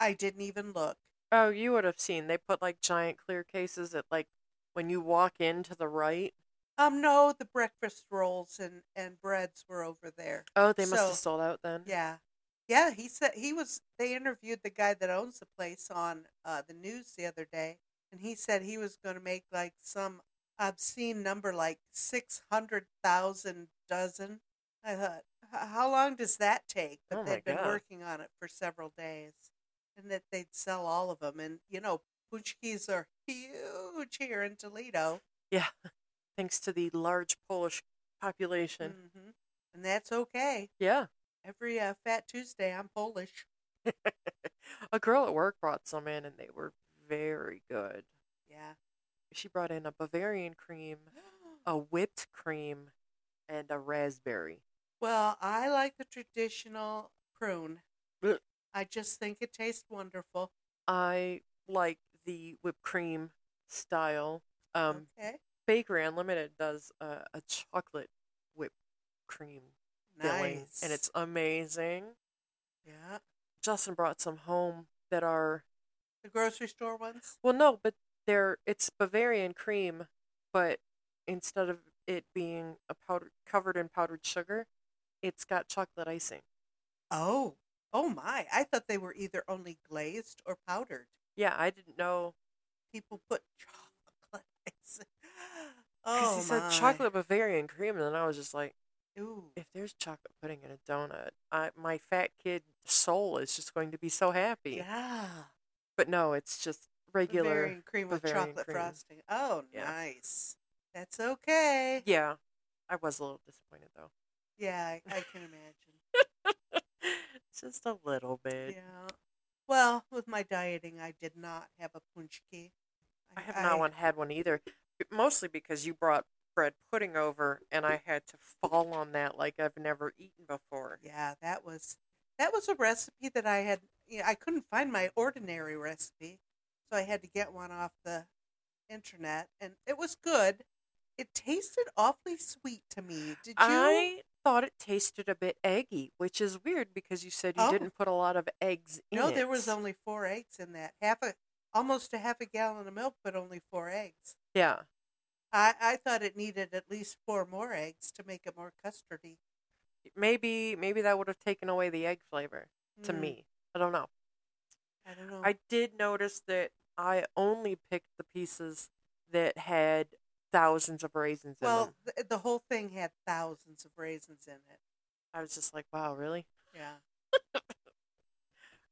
[SPEAKER 2] I didn't even look.
[SPEAKER 1] Oh, you would have seen. They put like giant clear cases at like when you walk in to the right.
[SPEAKER 2] Um no, the breakfast rolls and and breads were over there.
[SPEAKER 1] Oh, they must have
[SPEAKER 2] So-
[SPEAKER 1] sold out then.
[SPEAKER 2] Yeah. Yeah, he said he was they interviewed the guy that owns the place on uh the news the other day and he said he was going to make like some obscene number like 600,000 dozen. I thought "H- how long does that take? But
[SPEAKER 1] Oh my
[SPEAKER 2] they'd been
[SPEAKER 1] God.
[SPEAKER 2] working on it for several days and that they'd sell all of them and you know punchkis are huge here in Toledo.
[SPEAKER 1] Thanks to the large Polish population.
[SPEAKER 2] hmm And that's okay.
[SPEAKER 1] Yeah.
[SPEAKER 2] Every uh, Fat Tuesday I'm Polish.
[SPEAKER 1] A girl at work brought some in and they were very good.
[SPEAKER 2] Yeah.
[SPEAKER 1] She brought in a Bavarian cream, a whipped cream, and a raspberry.
[SPEAKER 2] Well, I like the traditional prune.
[SPEAKER 1] Blech.
[SPEAKER 2] I just think it tastes wonderful.
[SPEAKER 1] I like the whipped cream style. Um,
[SPEAKER 2] okay.
[SPEAKER 1] Bakery Unlimited does uh, a chocolate whipped cream filling,
[SPEAKER 2] Nice.
[SPEAKER 1] and it's amazing.
[SPEAKER 2] yeah.
[SPEAKER 1] Justin brought some home that are
[SPEAKER 2] The grocery store ones?
[SPEAKER 1] well, no, but they're it's Bavarian cream, but instead of it being a powder covered in powdered sugar, it's got chocolate icing.
[SPEAKER 2] Oh. Oh my. I thought they were either only glazed or powdered.
[SPEAKER 1] Yeah, I didn't know
[SPEAKER 2] People put chocolate. ice-
[SPEAKER 1] because
[SPEAKER 2] Oh
[SPEAKER 1] he
[SPEAKER 2] my.
[SPEAKER 1] said chocolate Bavarian cream, and then I was just like,
[SPEAKER 2] Ooh.
[SPEAKER 1] if there's chocolate pudding in a donut, I, my fat kid soul is just going to be so happy.
[SPEAKER 2] Yeah.
[SPEAKER 1] But no, it's just regular.
[SPEAKER 2] Bavarian cream with
[SPEAKER 1] Bavarian
[SPEAKER 2] chocolate
[SPEAKER 1] cream.
[SPEAKER 2] frosting. Oh,
[SPEAKER 1] Yeah.
[SPEAKER 2] nice. That's okay.
[SPEAKER 1] Yeah, I was a little disappointed though.
[SPEAKER 2] Yeah, I, I can imagine.
[SPEAKER 1] Just a little bit.
[SPEAKER 2] Yeah. Well, with my dieting, I did not have a punchki.
[SPEAKER 1] I have not one had one either. b- Mostly because you brought bread pudding over, and I had to fall on that like I've never eaten before.
[SPEAKER 2] Yeah, that was that was a recipe that I had. You know, I couldn't find my ordinary recipe, so I had to get one off the internet, and it was good. It tasted awfully sweet to me. Did you?
[SPEAKER 1] I thought it tasted a bit eggy, which is weird because you said you
[SPEAKER 2] Oh.
[SPEAKER 1] didn't put a lot of eggs in
[SPEAKER 2] no,
[SPEAKER 1] it.
[SPEAKER 2] there was only four eggs in that half a almost a half a gallon of milk, but only four eggs.
[SPEAKER 1] yeah.
[SPEAKER 2] I, I thought it needed at least four more eggs to make it more custardy.
[SPEAKER 1] Maybe maybe that would have taken away the egg flavor to
[SPEAKER 2] Mm, Oh.
[SPEAKER 1] me. I don't know.
[SPEAKER 2] I don't know.
[SPEAKER 1] I did notice that I only picked the pieces that had thousands of raisins in
[SPEAKER 2] Well,
[SPEAKER 1] them.
[SPEAKER 2] th- the whole thing had thousands of raisins in it.
[SPEAKER 1] I was just like, wow, really?
[SPEAKER 2] Yeah.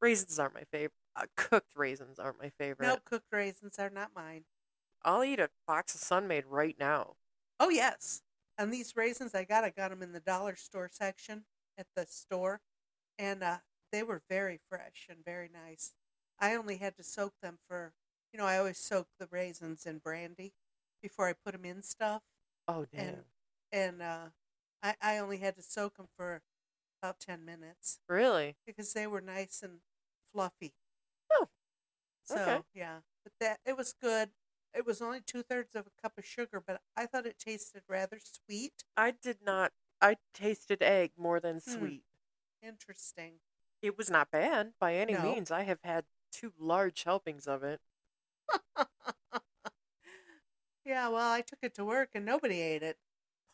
[SPEAKER 1] Raisins aren't my favorite. Uh, cooked raisins aren't my favorite.
[SPEAKER 2] No, cooked raisins are not mine.
[SPEAKER 1] I'll eat a box of sun made right now.
[SPEAKER 2] Oh, yes. And these raisins I got, I got them in the dollar store section at the store. And uh, they were very fresh and very nice. I only had to soak them for, you know, I always soak the raisins in brandy before I put them in stuff.
[SPEAKER 1] Oh damn!
[SPEAKER 2] And- And uh, I, I only had to soak them for about 10 minutes.
[SPEAKER 1] really?
[SPEAKER 2] because they were nice and fluffy.
[SPEAKER 1] Oh,
[SPEAKER 2] So
[SPEAKER 1] okay.
[SPEAKER 2] yeah, but that it was good. It was only two thirds of a cup of sugar, but I thought it tasted rather sweet.
[SPEAKER 1] I did not. I tasted egg more than
[SPEAKER 2] Hmm.
[SPEAKER 1] sweet.
[SPEAKER 2] Interesting.
[SPEAKER 1] It was not bad by any
[SPEAKER 2] No.
[SPEAKER 1] means. I have had two large helpings of it.
[SPEAKER 2] Yeah, well, I took it to work and nobody ate it.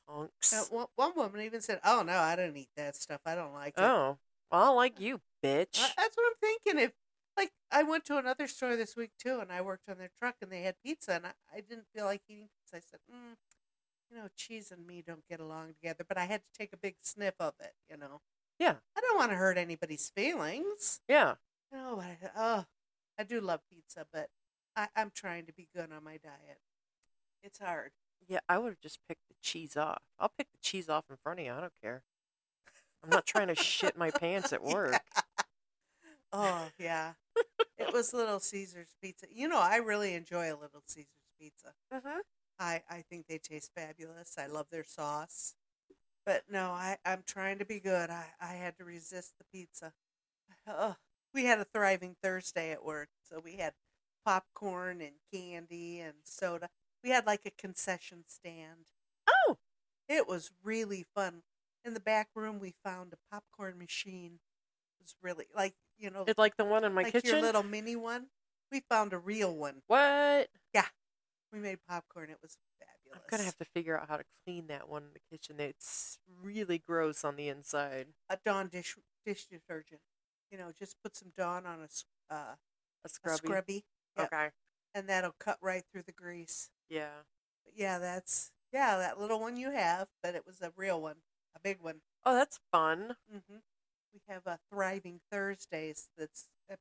[SPEAKER 1] Punks.
[SPEAKER 2] Uh, one, one woman even said, "Oh no, I don't eat that stuff. I don't like it."
[SPEAKER 1] oh, well, I like you. bitch.
[SPEAKER 2] I- Uh, That's what I'm thinking. If like I went to another store this week too, and I worked on their truck, and they had pizza, and I, I didn't feel like eating pizza. I said, mm, you know, cheese and me don't get along together. But I had to take a big sniff of it. You know.
[SPEAKER 1] Yeah.
[SPEAKER 2] I don't want to hurt anybody's feelings.
[SPEAKER 1] Yeah.
[SPEAKER 2] No, but I, oh, I do love pizza, but I, I'm trying to be good on my diet. It's hard.
[SPEAKER 1] Yeah, I would have just picked the cheese off. I'll pick the cheese off in front of you. I don't care. I'm not trying to shit my pants at
[SPEAKER 2] Yeah.
[SPEAKER 1] work.
[SPEAKER 2] Oh yeah, it was Little Caesars pizza. You know, I really enjoy a Little Caesars pizza.
[SPEAKER 1] Mhm.
[SPEAKER 2] I I think they taste fabulous. I love their sauce, but no, I I'm trying to be good. I I had to resist the pizza. Ugh. We had a thriving Thursday at work, so we had popcorn and candy and soda. We had like a concession stand.
[SPEAKER 1] Oh,
[SPEAKER 2] It was really fun. In the back room, we found a popcorn machine. It was really like you know
[SPEAKER 1] it's like the one in my
[SPEAKER 2] Oh, like
[SPEAKER 1] kitchen.
[SPEAKER 2] your little mini one. We found a real one.
[SPEAKER 1] what?
[SPEAKER 2] We made popcorn. It was
[SPEAKER 1] I'm
[SPEAKER 2] fabulous.
[SPEAKER 1] gonna have to figure out how to clean that one in the kitchen. It's really gross on the inside.
[SPEAKER 2] a Dawn dish dish detergent. You know, just put some Dawn on a, s- uh,
[SPEAKER 1] A
[SPEAKER 2] a
[SPEAKER 1] scrubby.
[SPEAKER 2] scrubby, yeah.
[SPEAKER 1] Okay.
[SPEAKER 2] and that'll cut right through the grease.
[SPEAKER 1] Yeah.
[SPEAKER 2] But yeah, that's yeah that little one you have, but it was a real one, a big one.
[SPEAKER 1] Oh, that's fun.
[SPEAKER 2] hmm We have a Thriving Thursdays that's uh,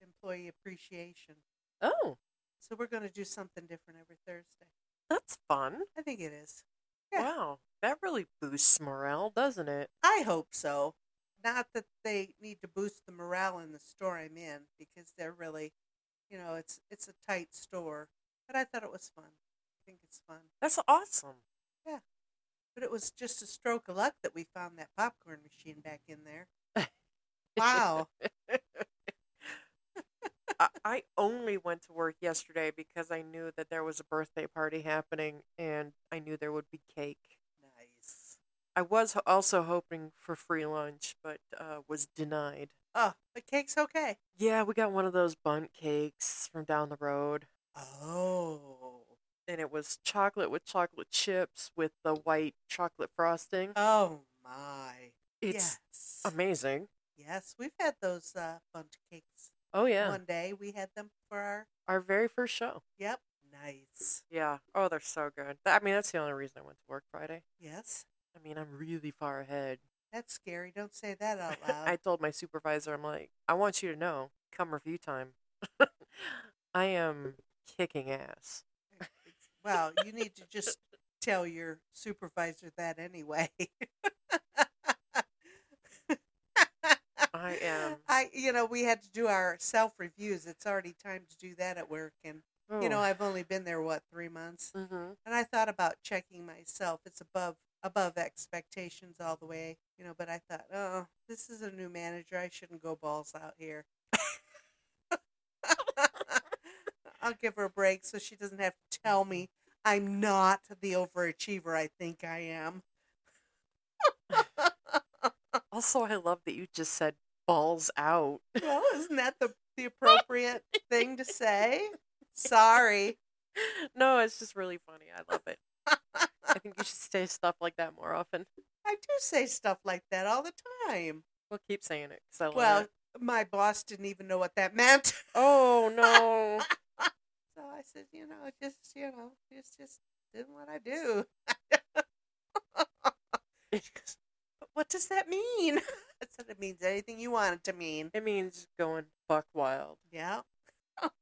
[SPEAKER 2] employee appreciation.
[SPEAKER 1] Oh,
[SPEAKER 2] So we're going to do something different every Thursday.
[SPEAKER 1] that's fun.
[SPEAKER 2] I think it is. Yeah.
[SPEAKER 1] Wow, that really boosts morale, doesn't it?
[SPEAKER 2] I hope so. Not that they need to boost the morale in the store I'm in because they're really, you know, it's it's a tight store. But I thought it was fun. I think it's fun.
[SPEAKER 1] That's awesome.
[SPEAKER 2] But it was just a stroke of luck that we found that popcorn machine back in there. Wow.
[SPEAKER 1] I, I only went to work yesterday because I knew that there was a birthday party happening and I knew there would be cake.
[SPEAKER 2] nice.
[SPEAKER 1] I was h- also hoping for free lunch, but uh, was denied.
[SPEAKER 2] Oh, the cake's okay.
[SPEAKER 1] Yeah, we got one of those bunt cakes from down the road,
[SPEAKER 2] Oh.
[SPEAKER 1] and it was chocolate with chocolate chips with the white chocolate frosting.
[SPEAKER 2] Oh my.
[SPEAKER 1] It's
[SPEAKER 2] yes.
[SPEAKER 1] amazing.
[SPEAKER 2] Yes, we've had those uh bundt cakes.
[SPEAKER 1] Oh, yeah.
[SPEAKER 2] One day we had them for our
[SPEAKER 1] Our very first show.
[SPEAKER 2] Yep. Nice.
[SPEAKER 1] Yeah. Oh, they're so good. Th- I mean, that's the only reason I went to work Friday.
[SPEAKER 2] Yes.
[SPEAKER 1] I mean, I'm really far ahead.
[SPEAKER 2] That's scary. Don't say that out loud.
[SPEAKER 1] I told my supervisor, I'm like, I want you to know, come review time, I am kicking ass.
[SPEAKER 2] well, you need to just tell your supervisor that anyway.
[SPEAKER 1] I am.
[SPEAKER 2] I, you know, we had to do our self reviews. It's already time to do that at work, and you
[SPEAKER 1] Oh.
[SPEAKER 2] know, I've only been there what three months,
[SPEAKER 1] hmm
[SPEAKER 2] and I thought about checking myself. It's above above expectations all the way, you know. But I thought, oh, this is a new manager. I shouldn't go balls out here. I'll give her a break so she doesn't have to tell me I'm not the overachiever I think I am.
[SPEAKER 1] Also, I love that you just said balls out.
[SPEAKER 2] well, isn't that the, the appropriate thing to say? Sorry.
[SPEAKER 1] no, it's just really funny. I love it. I think you should say stuff like that more often.
[SPEAKER 2] I do say stuff like that all the time.
[SPEAKER 1] We'll keep saying it because I love
[SPEAKER 2] Well,
[SPEAKER 1] it.
[SPEAKER 2] my boss didn't even know what that meant.
[SPEAKER 1] Oh no!
[SPEAKER 2] So I said, you know, just you know, just just doing what I do. But what does that mean? I said it means anything you want it to mean.
[SPEAKER 1] it means going buck wild.
[SPEAKER 2] Yeah.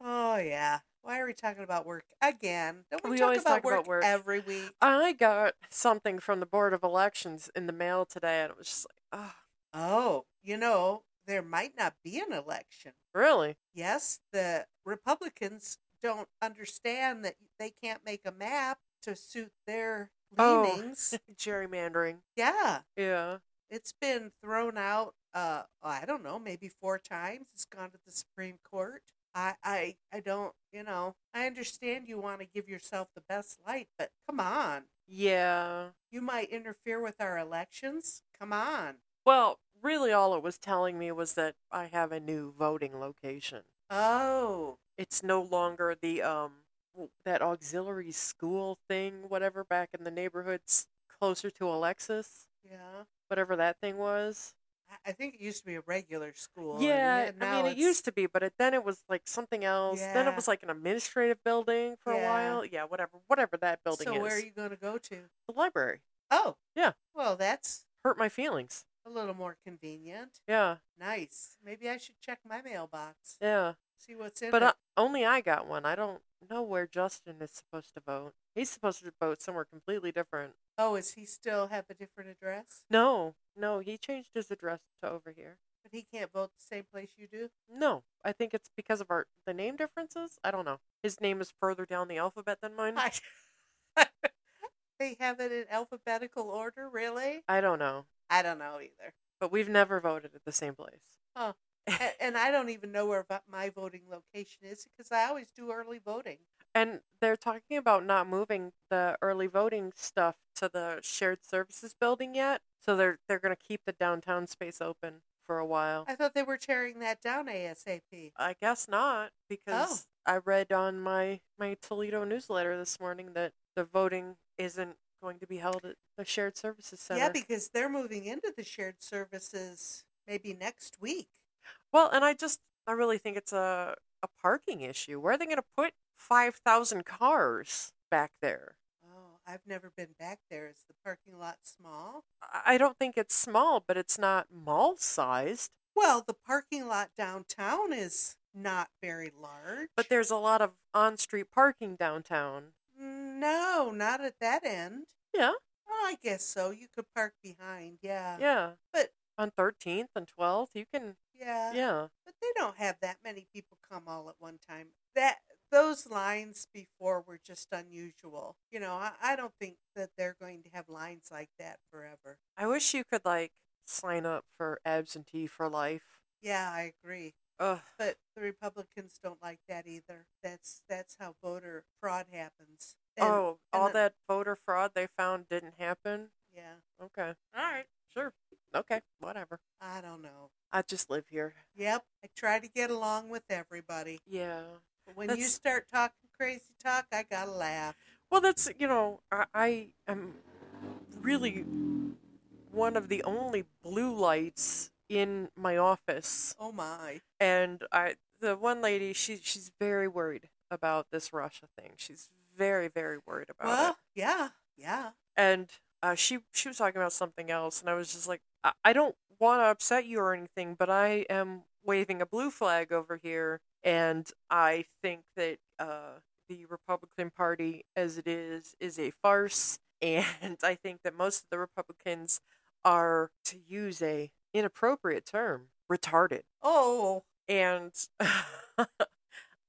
[SPEAKER 2] oh yeah. Why are we talking about work again? Don't we,
[SPEAKER 1] We
[SPEAKER 2] talk,
[SPEAKER 1] always
[SPEAKER 2] about,
[SPEAKER 1] talk
[SPEAKER 2] work
[SPEAKER 1] about work.
[SPEAKER 2] every week?
[SPEAKER 1] I got something from the Board of Elections in the mail today, and it was just like, oh,
[SPEAKER 2] Oh, you know, there might not be an election.
[SPEAKER 1] really?
[SPEAKER 2] yes, the Republicans don't understand that they can't make a map to suit their
[SPEAKER 1] Oh.
[SPEAKER 2] leanings.
[SPEAKER 1] Gerrymandering.
[SPEAKER 2] yeah,
[SPEAKER 1] Yeah.
[SPEAKER 2] it's been thrown out. Uh, I don't know, maybe four times. It's gone to the Supreme Court. I, I, I don't. You know, I understand you want to give yourself the best light, but come on,
[SPEAKER 1] Yeah.
[SPEAKER 2] you might interfere with our elections. Come on.
[SPEAKER 1] Well, really, all it was telling me was that I have a new voting location.
[SPEAKER 2] Oh,
[SPEAKER 1] It's no longer the um w- that auxiliary school thing, whatever, back in the neighborhoods closer to Alexis.
[SPEAKER 2] Yeah.
[SPEAKER 1] whatever that thing was.
[SPEAKER 2] I- I think it used to be a regular school. and
[SPEAKER 1] yeah,
[SPEAKER 2] yet
[SPEAKER 1] I
[SPEAKER 2] now
[SPEAKER 1] mean, it
[SPEAKER 2] it's-
[SPEAKER 1] used to be, but it, then it was like something else. Then it
[SPEAKER 2] Yeah.
[SPEAKER 1] was like an administrative building for a
[SPEAKER 2] Yeah.
[SPEAKER 1] while. Yeah, whatever, whatever that building
[SPEAKER 2] So
[SPEAKER 1] is.
[SPEAKER 2] where are you going to go to?
[SPEAKER 1] The library
[SPEAKER 2] Oh,
[SPEAKER 1] Yeah.
[SPEAKER 2] Well, that's
[SPEAKER 1] hurt my feelings.
[SPEAKER 2] a little more convenient.
[SPEAKER 1] Yeah,
[SPEAKER 2] Nice. Maybe I should check my mailbox.
[SPEAKER 1] yeah.
[SPEAKER 2] See what's in
[SPEAKER 1] But
[SPEAKER 2] it.
[SPEAKER 1] uh only I got one. I don't know where Justin is supposed to vote. He's supposed to vote somewhere completely different.
[SPEAKER 2] oh, is he still have a different address?
[SPEAKER 1] No, no, he changed his address to over here.
[SPEAKER 2] But he can't vote the same place you do.
[SPEAKER 1] No, I think it's because of our the name differences. I don't know. His name is further down the alphabet than mine.
[SPEAKER 2] I, they have it in alphabetical order, really?
[SPEAKER 1] I don't know,
[SPEAKER 2] I don't know either.
[SPEAKER 1] but we've never voted at the same place.
[SPEAKER 2] and, and I don't even know where vo- my voting location is because I always do early voting.
[SPEAKER 1] And they're talking about not moving the early voting stuff to the shared services building yet. So they're they're gonna keep the downtown space open for a while.
[SPEAKER 2] I thought they were tearing that down ASAP.
[SPEAKER 1] I guess not
[SPEAKER 2] Oh.
[SPEAKER 1] because I read on my my Toledo newsletter this morning that the voting isn't going to be held at the shared services center.
[SPEAKER 2] Yeah, because they're moving into the shared services maybe next week.
[SPEAKER 1] well, and I just I really think it's a a parking issue. Where are they going to put 5,000 cars back there?
[SPEAKER 2] Oh, I've never been back there. Is the parking lot small?
[SPEAKER 1] I- I don't think it's small, but it's not mall sized.
[SPEAKER 2] Well, the parking lot downtown is not very large.
[SPEAKER 1] But there's a lot of on street parking downtown.
[SPEAKER 2] Mm, no, not at that end.
[SPEAKER 1] Yeah.
[SPEAKER 2] Well, I guess so. You could park behind. Yeah.
[SPEAKER 1] Yeah.
[SPEAKER 2] But- Uh,
[SPEAKER 1] on 13th and 12th, you can,
[SPEAKER 2] Yeah.
[SPEAKER 1] yeah.
[SPEAKER 2] But they don't have that many people come all at one time. That those lines before were just unusual. You know, I, I don't think that they're going to have lines like that forever.
[SPEAKER 1] I wish you could, like, sign up for absentee for life.
[SPEAKER 2] Yeah, I agree.
[SPEAKER 1] Ugh.
[SPEAKER 2] But the Republicans don't like that either. That's that's how voter fraud happens. And-
[SPEAKER 1] oh,
[SPEAKER 2] and
[SPEAKER 1] all
[SPEAKER 2] the-
[SPEAKER 1] that voter fraud they found didn't happen?
[SPEAKER 2] Yeah.
[SPEAKER 1] Okay. All right. Sure. Okay. Whatever.
[SPEAKER 2] I don't know.
[SPEAKER 1] I just live here.
[SPEAKER 2] Yep. I try to get along with everybody.
[SPEAKER 1] Yeah.
[SPEAKER 2] But when you
[SPEAKER 1] That's-
[SPEAKER 2] start talking crazy talk, I gotta laugh.
[SPEAKER 1] Well, that's you know, I, I am really one of the only blue lights in my office,
[SPEAKER 2] Oh my.
[SPEAKER 1] and I the one lady she she's very worried about this Russia thing. She's very very worried about
[SPEAKER 2] Well,
[SPEAKER 1] it,
[SPEAKER 2] yeah, yeah.
[SPEAKER 1] and uh, she she was talking about something else, and I was just like, I, I don't want to upset you or anything, but I am waving a blue flag over here, and I think that. Uh, the Republican Party as it is is a farce, and I think that most of the Republicans are, to use a inappropriate term, retarded.
[SPEAKER 2] Oh,
[SPEAKER 1] And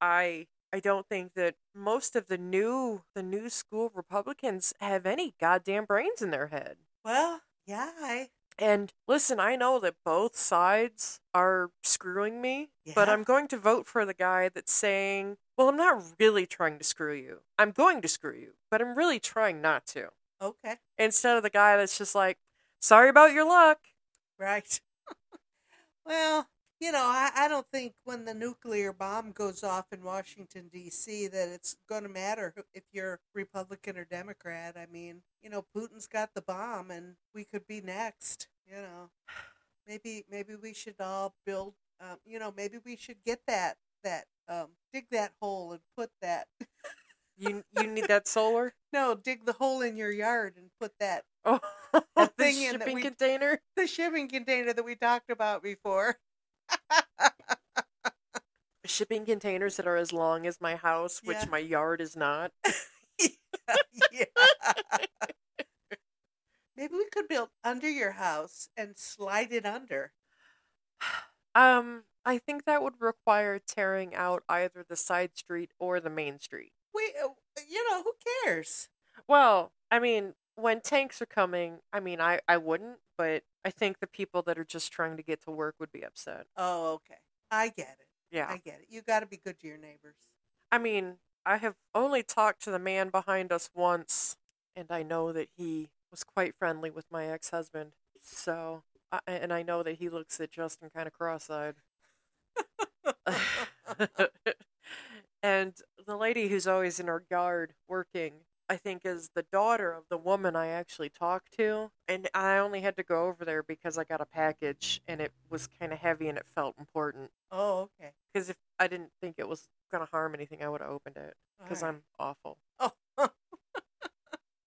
[SPEAKER 1] I I don't think that most of the new the new school Republicans have any goddamn brains in their head.
[SPEAKER 2] well, yeah, I,
[SPEAKER 1] And listen, I know that both sides are screwing me, but
[SPEAKER 2] Yeah.
[SPEAKER 1] I'm going to vote for the guy that's saying, well, I'm not really trying to screw you. I'm going to screw you, but I'm really trying not to.
[SPEAKER 2] okay,
[SPEAKER 1] Instead of the guy that's just like, sorry about your luck.
[SPEAKER 2] right. well, you know, I, I don't think when the nuclear bomb goes off in Washington, D.C., that it's going to matter who- if you're Republican or Democrat. I mean, you know, Putin's got the bomb and we could be next, you know. Maybe, maybe we should all build, um, you know, maybe we should get that, that, um, dig that hole and put that,
[SPEAKER 1] You you need that solar?
[SPEAKER 2] no, dig the hole in your yard and put that
[SPEAKER 1] Oh,
[SPEAKER 2] A
[SPEAKER 1] the
[SPEAKER 2] thing in that
[SPEAKER 1] shipping
[SPEAKER 2] we-
[SPEAKER 1] container?
[SPEAKER 2] the shipping container that we talked about before.
[SPEAKER 1] Shipping containers that are as long as my house, which
[SPEAKER 2] Yeah.
[SPEAKER 1] my yard is not.
[SPEAKER 2] yeah. Maybe we could build under your house and slide it under.
[SPEAKER 1] Um, I think that would require tearing out either the side street or the main street.
[SPEAKER 2] We, uh, you know, who cares?
[SPEAKER 1] Well, I mean, when tanks are coming, I mean, I, I wouldn't, but I think the people that are just trying to get to work would be upset.
[SPEAKER 2] Oh, okay. I get it.
[SPEAKER 1] Yeah.
[SPEAKER 2] I get it. You got to be good to your neighbors.
[SPEAKER 1] I mean, I have only talked to the man behind us once, and I know that he was quite friendly with my ex husband. So, I, and I know that he looks at Justin kind of cross eyed. and the lady who's always in our yard working, I think is the daughter of the woman I actually talked to. And I only had to go over there because I got a package and it was kind of heavy and it felt important.
[SPEAKER 2] Oh, okay.
[SPEAKER 1] Because if I didn't think it was going to harm anything, I would have opened it
[SPEAKER 2] All
[SPEAKER 1] because
[SPEAKER 2] right.
[SPEAKER 1] I'm awful.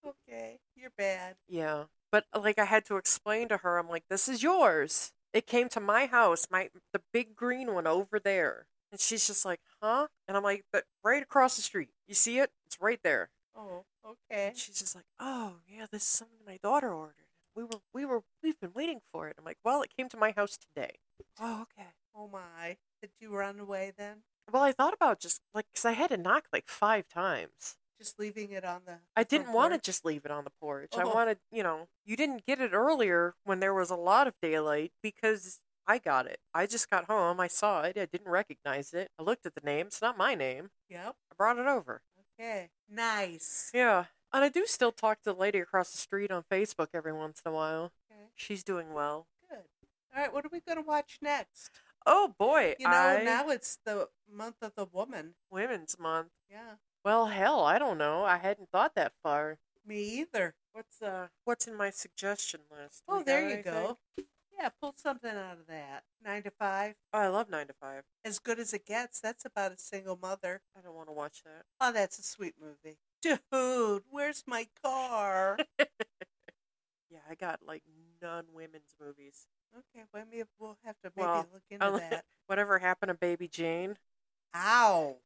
[SPEAKER 2] okay. You're bad.
[SPEAKER 1] Yeah. But like I had to explain to her, I'm like, this is yours. It came to my house, my the big green one over there. And she's just like, huh? And I'm like, but right across the street. You see it? It's right there.
[SPEAKER 2] Oh, okay.
[SPEAKER 1] And she's just like, "Oh yeah, this is something my daughter ordered. We were we were we've been waiting for it." I'm like, "Well, it came to my house today." Oh okay.
[SPEAKER 2] Oh my. Did you run away then?
[SPEAKER 1] Well, I thought about just like because I had to knock like five times.
[SPEAKER 2] Just leaving it on the
[SPEAKER 1] I
[SPEAKER 2] front
[SPEAKER 1] didn't want to
[SPEAKER 2] porch?
[SPEAKER 1] just leave it on the porch. I
[SPEAKER 2] Oh.
[SPEAKER 1] wanted, you know, you didn't get it earlier when there was a lot of daylight because I got it. I just got home. I saw it. I didn't recognize it. I looked at the name. It's not my name.
[SPEAKER 2] Yep.
[SPEAKER 1] I brought it over.
[SPEAKER 2] Okay. Nice.
[SPEAKER 1] Yeah. And I do still talk to the lady across the street on Facebook every once in a while.
[SPEAKER 2] Okay.
[SPEAKER 1] She's doing well.
[SPEAKER 2] Good. All right, what are we going to watch next?
[SPEAKER 1] Oh boy,
[SPEAKER 2] You know,
[SPEAKER 1] I-
[SPEAKER 2] now it's the month of the woman.
[SPEAKER 1] Women's Month.
[SPEAKER 2] Yeah.
[SPEAKER 1] Well, hell, I don't know. I hadn't thought that far.
[SPEAKER 2] Me either.
[SPEAKER 1] What's uh, what's in my suggestion list? We
[SPEAKER 2] Oh,
[SPEAKER 1] got
[SPEAKER 2] there you
[SPEAKER 1] anything?
[SPEAKER 2] go. Yeah, pull something out of that. Nine to five.
[SPEAKER 1] Oh, I love Nine to Five.
[SPEAKER 2] As good as it gets. That's about a single mother.
[SPEAKER 1] I don't want to watch that.
[SPEAKER 2] Oh, that's a sweet movie. Dude, where's my car?
[SPEAKER 1] Yeah, I got like non-women's movies.
[SPEAKER 2] okay, well, maybe we'll have to maybe
[SPEAKER 1] Well,
[SPEAKER 2] look into
[SPEAKER 1] I'll-
[SPEAKER 2] that.
[SPEAKER 1] Whatever happened to Baby Jane?
[SPEAKER 2] Ow,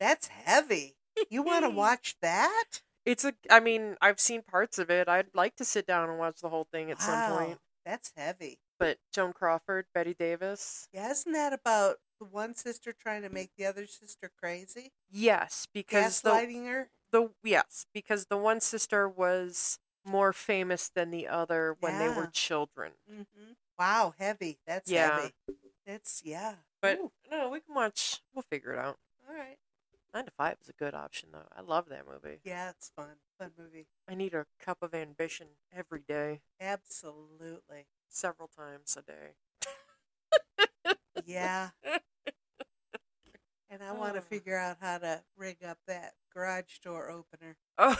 [SPEAKER 2] that's heavy. You want to watch that?
[SPEAKER 1] It's a. I mean, I've seen parts of it. I'd like to sit down and watch the whole thing at some
[SPEAKER 2] Wow,
[SPEAKER 1] point.
[SPEAKER 2] That's heavy.
[SPEAKER 1] But Joan Crawford, Betty Davis.
[SPEAKER 2] Yeah, isn't that about the one sister trying to make the other sister crazy?
[SPEAKER 1] Yes, because the
[SPEAKER 2] Gaslighting her?
[SPEAKER 1] the yes because the one sister was more famous than the other when they were
[SPEAKER 2] Yeah.
[SPEAKER 1] children
[SPEAKER 2] Mm-hmm. Wow, heavy. That's
[SPEAKER 1] Yeah.
[SPEAKER 2] heavy. That's, yeah.
[SPEAKER 1] but
[SPEAKER 2] Ooh,
[SPEAKER 1] no we can watch we'll figure it out
[SPEAKER 2] all right.
[SPEAKER 1] nine to five is a good option though i love that movie
[SPEAKER 2] Yeah, it's fun. Fun movie.
[SPEAKER 1] i need a cup of ambition every day
[SPEAKER 2] Absolutely.
[SPEAKER 1] several times a day
[SPEAKER 2] Yeah. and I want
[SPEAKER 1] Oh.
[SPEAKER 2] to figure out how to rig up that garage door opener.
[SPEAKER 1] oh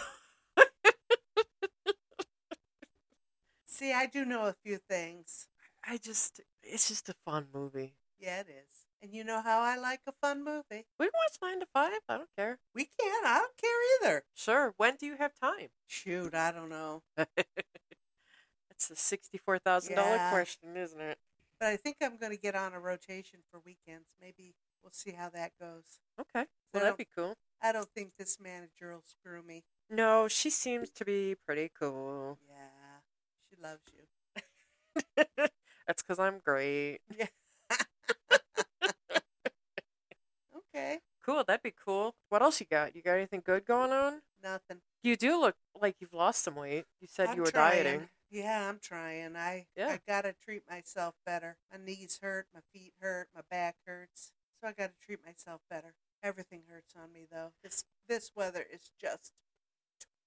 [SPEAKER 2] See, I do know a few things.
[SPEAKER 1] i just it's just a fun movie
[SPEAKER 2] Yeah, it is. And you know how I like a fun movie?
[SPEAKER 1] we can watch nine to five i don't care
[SPEAKER 2] We can. I don't care either.
[SPEAKER 1] sure when do you have time
[SPEAKER 2] Shoot, I don't know.
[SPEAKER 1] it's a $64000
[SPEAKER 2] Yeah.
[SPEAKER 1] question isn't it
[SPEAKER 2] But I think I'm going to get on a rotation for weekends. Maybe we'll see how that goes.
[SPEAKER 1] okay
[SPEAKER 2] I
[SPEAKER 1] well that'd
[SPEAKER 2] don't-
[SPEAKER 1] be cool
[SPEAKER 2] I don't think this manager will screw me.
[SPEAKER 1] no she seems to be pretty cool
[SPEAKER 2] Yeah, she loves you.
[SPEAKER 1] That's because I'm great.
[SPEAKER 2] Okay,
[SPEAKER 1] Cool, that'd be cool. What else you got? You got anything good going on?
[SPEAKER 2] nothing.
[SPEAKER 1] You do look like you've lost some weight. You said
[SPEAKER 2] I'm
[SPEAKER 1] you were
[SPEAKER 2] trying.
[SPEAKER 1] dieting.
[SPEAKER 2] Yeah, I'm trying. I
[SPEAKER 1] Yeah.
[SPEAKER 2] I gotta treat myself better. My knees hurt, my feet hurt, my back hurts. So I gotta treat myself better. Everything hurts on me though. This this weather is just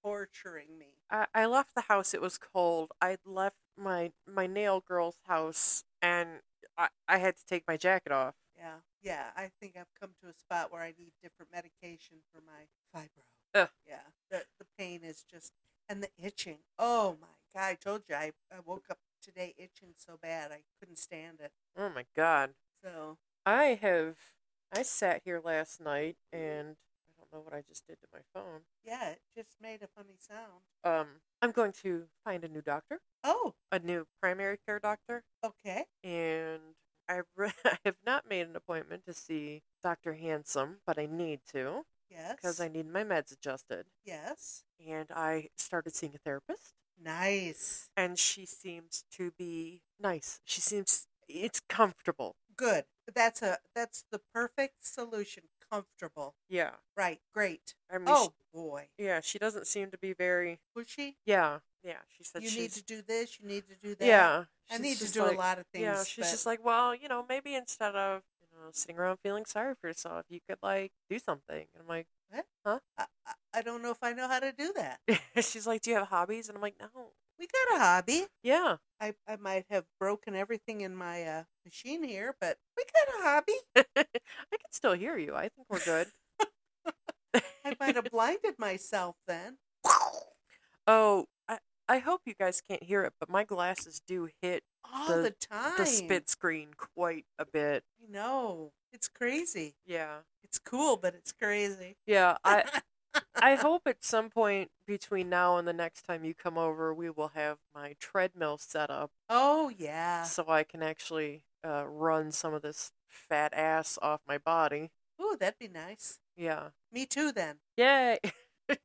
[SPEAKER 2] torturing me.
[SPEAKER 1] I, I left the house. It was cold. I left my my nail girl's house, and I, I had to take my jacket off.
[SPEAKER 2] Yeah, yeah. I think I've come to a spot where I need different medication for my fibro.
[SPEAKER 1] Ugh.
[SPEAKER 2] Yeah, the the pain is just and the itching. Oh my god! I told you I, I woke up today itching so bad I couldn't stand it.
[SPEAKER 1] Oh my god.
[SPEAKER 2] So
[SPEAKER 1] I have. I sat here last night, and I don't know what I just did to my phone.
[SPEAKER 2] yeah, it just made a funny sound.
[SPEAKER 1] Um, I'm going to find a new doctor,
[SPEAKER 2] Oh,
[SPEAKER 1] a new primary care doctor.
[SPEAKER 2] okay.
[SPEAKER 1] and I, re- I have not made an appointment to see Dr. Handsome, but I need to
[SPEAKER 2] Yes.
[SPEAKER 1] because I need my meds adjusted.
[SPEAKER 2] Yes.
[SPEAKER 1] And I started seeing a therapist,
[SPEAKER 2] Nice.
[SPEAKER 1] and she seems to be nice. She seems it's comfortable.
[SPEAKER 2] Good. That's a that's the perfect solution. Comfortable.
[SPEAKER 1] Yeah.
[SPEAKER 2] Right. Great.
[SPEAKER 1] I mean,
[SPEAKER 2] Oh boy.
[SPEAKER 1] she, yeah, she doesn't seem to be very.
[SPEAKER 2] Was she?
[SPEAKER 1] Yeah, yeah. She said
[SPEAKER 2] You
[SPEAKER 1] she's.
[SPEAKER 2] need to do this. You need to do that.
[SPEAKER 1] yeah,
[SPEAKER 2] I
[SPEAKER 1] she's
[SPEAKER 2] need to
[SPEAKER 1] just
[SPEAKER 2] do
[SPEAKER 1] like-
[SPEAKER 2] a lot of things.
[SPEAKER 1] Yeah, she's
[SPEAKER 2] but-
[SPEAKER 1] just like, well, you know, maybe instead of you know sitting around feeling sorry for yourself, you could like do something. And I'm like.
[SPEAKER 2] I, I, I don't know if I know how to do that.
[SPEAKER 1] she's like, "Do you have hobbies?" And I'm like, "No."
[SPEAKER 2] We got a hobby.
[SPEAKER 1] Yeah,
[SPEAKER 2] I, I might have broken everything in my uh, machine here, but we got a hobby.
[SPEAKER 1] I can still hear you. I think we're good.
[SPEAKER 2] I might have blinded myself then.
[SPEAKER 1] Oh, I, I hope you guys can't hear it, but my glasses do hit
[SPEAKER 2] all
[SPEAKER 1] The-
[SPEAKER 2] the, time.
[SPEAKER 1] the spit screen quite a bit.
[SPEAKER 2] I know. It's crazy.
[SPEAKER 1] Yeah.
[SPEAKER 2] It's cool, but it's crazy.
[SPEAKER 1] Yeah, I I hope at some point between now and the next time you come over, we will have my treadmill set up
[SPEAKER 2] oh yeah.
[SPEAKER 1] so I can actually uh, run some of this fat ass off my body.
[SPEAKER 2] Ooh, that'd be nice.
[SPEAKER 1] Yeah.
[SPEAKER 2] Me too then.
[SPEAKER 1] Yay.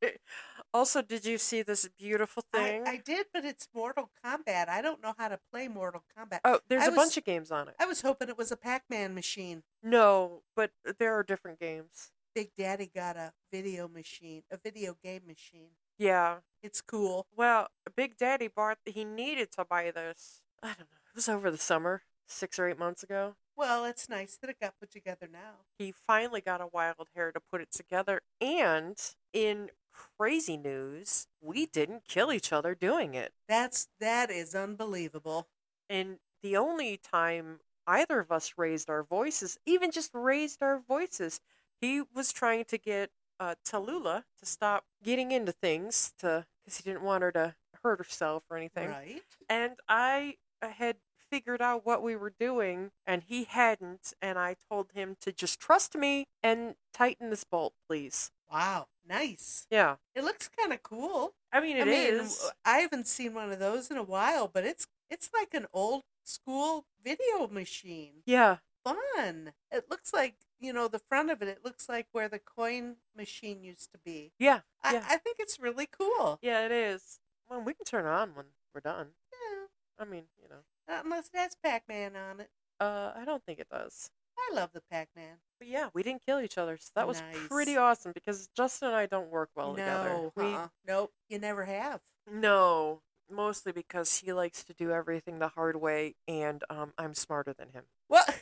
[SPEAKER 1] also, did you see this beautiful
[SPEAKER 2] I,
[SPEAKER 1] thing?
[SPEAKER 2] I did, but it's Mortal Kombat. I don't know how to play Mortal Kombat.
[SPEAKER 1] oh, there's
[SPEAKER 2] I
[SPEAKER 1] a
[SPEAKER 2] was-
[SPEAKER 1] bunch of games on it.
[SPEAKER 2] I was hoping it was a Pac-Man machine.
[SPEAKER 1] No, but there are different games.
[SPEAKER 2] Big Daddy got a video machine, a video game machine.
[SPEAKER 1] Yeah.
[SPEAKER 2] It's cool.
[SPEAKER 1] Well, Big Daddy bought, he needed to buy this. I don't know. It was over the summer, six or eight months ago.
[SPEAKER 2] Well, it's nice that it got put together now.
[SPEAKER 1] he finally got a wild hair to put it together. And in crazy news, we didn't kill each other doing it.
[SPEAKER 2] That's that is unbelievable.
[SPEAKER 1] And the only time either of us raised our voices, even just raised our voices, he was trying to get uh, Tallulah to stop getting into things to because he didn't want her to hurt herself or anything.
[SPEAKER 2] Right?
[SPEAKER 1] And I uh, had figured out what we were doing, and he hadn't. And I told him to just trust me and tighten this bolt, please.
[SPEAKER 2] Wow. Nice.
[SPEAKER 1] Yeah.
[SPEAKER 2] It looks kind of cool.
[SPEAKER 1] I mean, uh,
[SPEAKER 2] I
[SPEAKER 1] it
[SPEAKER 2] mean,
[SPEAKER 1] is.
[SPEAKER 2] I haven't seen one of those in a while, but it's it's like an old school video machine.
[SPEAKER 1] Yeah.
[SPEAKER 2] Fun. It looks like, you know, the front of it, it looks like where the coin machine used to be.
[SPEAKER 1] Yeah.
[SPEAKER 2] I,
[SPEAKER 1] Yeah.
[SPEAKER 2] I think it's really cool.
[SPEAKER 1] Yeah, it is. Well, we can turn it on when we're done.
[SPEAKER 2] Yeah.
[SPEAKER 1] I mean, you know.
[SPEAKER 2] Not unless it has Pac Man on it.
[SPEAKER 1] Uh, I don't think it does.
[SPEAKER 2] I love the Pac Man.
[SPEAKER 1] But yeah, we didn't kill each other, so that was pretty
[SPEAKER 2] Nice.
[SPEAKER 1] awesome because Justin and I don't work well together.
[SPEAKER 2] no, uh-uh. nope, you never have.
[SPEAKER 1] We no, mostly because he likes to do everything the hard way, and um, I'm smarter than him.
[SPEAKER 2] What?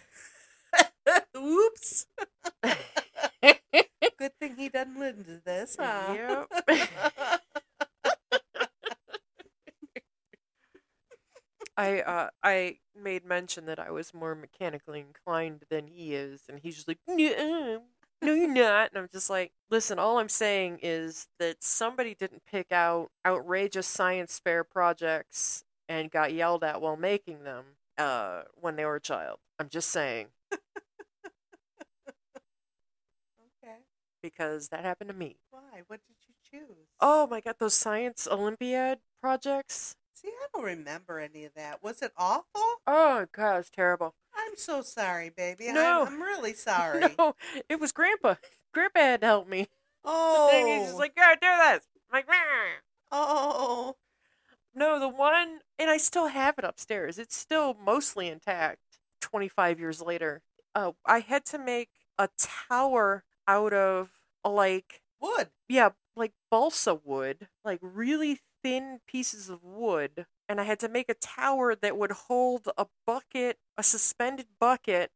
[SPEAKER 2] Oops. Good thing he doesn't listen to this, huh?
[SPEAKER 1] Yep. I uh, I made mention that I was more mechanically inclined than he is, and he's just like, "Nuh-uh. no, you're not. And I'm just like, listen, all I'm saying is that somebody didn't pick out outrageous science fair projects and got yelled at while making them uh, when they were a child. I'm just saying
[SPEAKER 2] okay.
[SPEAKER 1] because that happened to me.
[SPEAKER 2] Why? What did you choose?
[SPEAKER 1] Oh my god, those science Olympiad projects.
[SPEAKER 2] See, I don't remember any of that. Was it awful?
[SPEAKER 1] Oh god, it's terrible.
[SPEAKER 2] I'm so sorry, baby.
[SPEAKER 1] No.
[SPEAKER 2] I'm, I'm really sorry.
[SPEAKER 1] No, it was Grandpa. Grandpa had to help me.
[SPEAKER 2] Oh.
[SPEAKER 1] And he's just like, yeah, do this. I'm like, "Meh."
[SPEAKER 2] oh.
[SPEAKER 1] no, the one, and I still have it upstairs. It's still mostly intact. Twenty five years later, uh, I had to make a tower out of like
[SPEAKER 2] Wood.
[SPEAKER 1] yeah, like balsa wood, like really thin pieces of wood. And I had to make a tower that would hold a bucket, a suspended bucket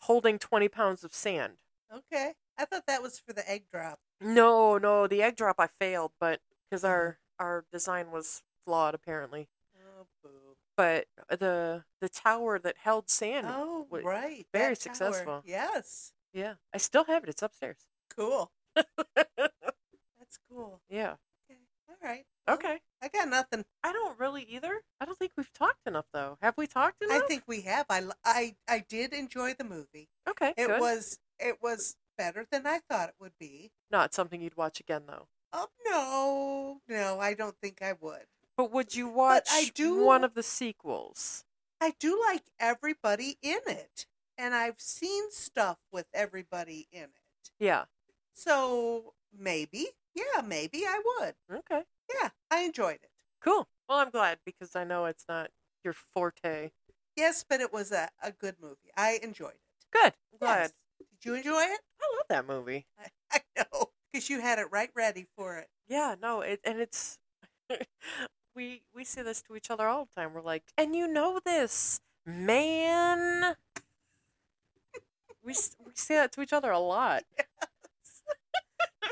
[SPEAKER 1] holding 20 pounds of sand.
[SPEAKER 2] Okay. I thought that was for the egg drop.
[SPEAKER 1] No, no, the egg drop I failed, but because
[SPEAKER 2] Mm-hmm.
[SPEAKER 1] our our design was flawed apparently.
[SPEAKER 2] Oh, boo.
[SPEAKER 1] But uh, the the tower that held sand,
[SPEAKER 2] Oh,
[SPEAKER 1] wa-
[SPEAKER 2] right.
[SPEAKER 1] very
[SPEAKER 2] that tower.
[SPEAKER 1] successful.
[SPEAKER 2] Yes.
[SPEAKER 1] yeah, I still have it. It's upstairs.
[SPEAKER 2] Cool. That's cool.
[SPEAKER 1] Yeah.
[SPEAKER 2] Okay. All right. Well,
[SPEAKER 1] Okay.
[SPEAKER 2] I got nothing.
[SPEAKER 1] I don't really either. I don't think we've talked enough though. Have we talked enough?
[SPEAKER 2] I think we have. I, l- I, I did enjoy the movie.
[SPEAKER 1] okay.
[SPEAKER 2] It
[SPEAKER 1] good.
[SPEAKER 2] was it was better than I thought it would be.
[SPEAKER 1] Not something you'd watch again, though.
[SPEAKER 2] Oh no, no, I don't think I would.
[SPEAKER 1] But would you watch
[SPEAKER 2] I do-
[SPEAKER 1] one of the sequels?
[SPEAKER 2] I do like everybody in it, and I've seen stuff with everybody in it.
[SPEAKER 1] Yeah.
[SPEAKER 2] So maybe, yeah, maybe I would.
[SPEAKER 1] Okay.
[SPEAKER 2] Yeah, I enjoyed it.
[SPEAKER 1] Cool. Well, I'm glad because I know it's not your forte.
[SPEAKER 2] Yes, but it was a, a good movie. I enjoyed it.
[SPEAKER 1] Good. I'm glad.
[SPEAKER 2] Yes. Did you enjoy it?
[SPEAKER 1] I love that movie.
[SPEAKER 2] I, I know because you had it right ready for it.
[SPEAKER 1] Yeah. No. It and it's we we say this to each other all the time. We're like, and you know this, man. We s- we say that to each other a lot.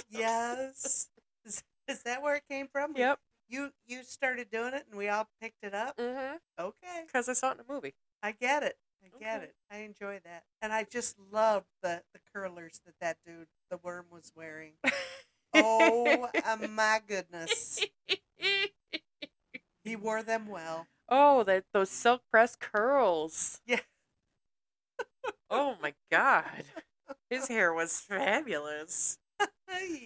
[SPEAKER 2] Yes. is, is that where it came from?
[SPEAKER 1] Yep.
[SPEAKER 2] You you started doing it, and we all picked it up.
[SPEAKER 1] Mm-hmm.
[SPEAKER 2] Okay.
[SPEAKER 1] Because I saw it in a movie.
[SPEAKER 2] I get it. I get
[SPEAKER 1] Okay.
[SPEAKER 2] it. I enjoy that. And I just love the, the curlers that that dude, the worm, was wearing. Oh uh, my goodness. He wore them well.
[SPEAKER 1] Oh, that those silk press curls.
[SPEAKER 2] Yeah.
[SPEAKER 1] oh my god. His hair was fabulous. Uh,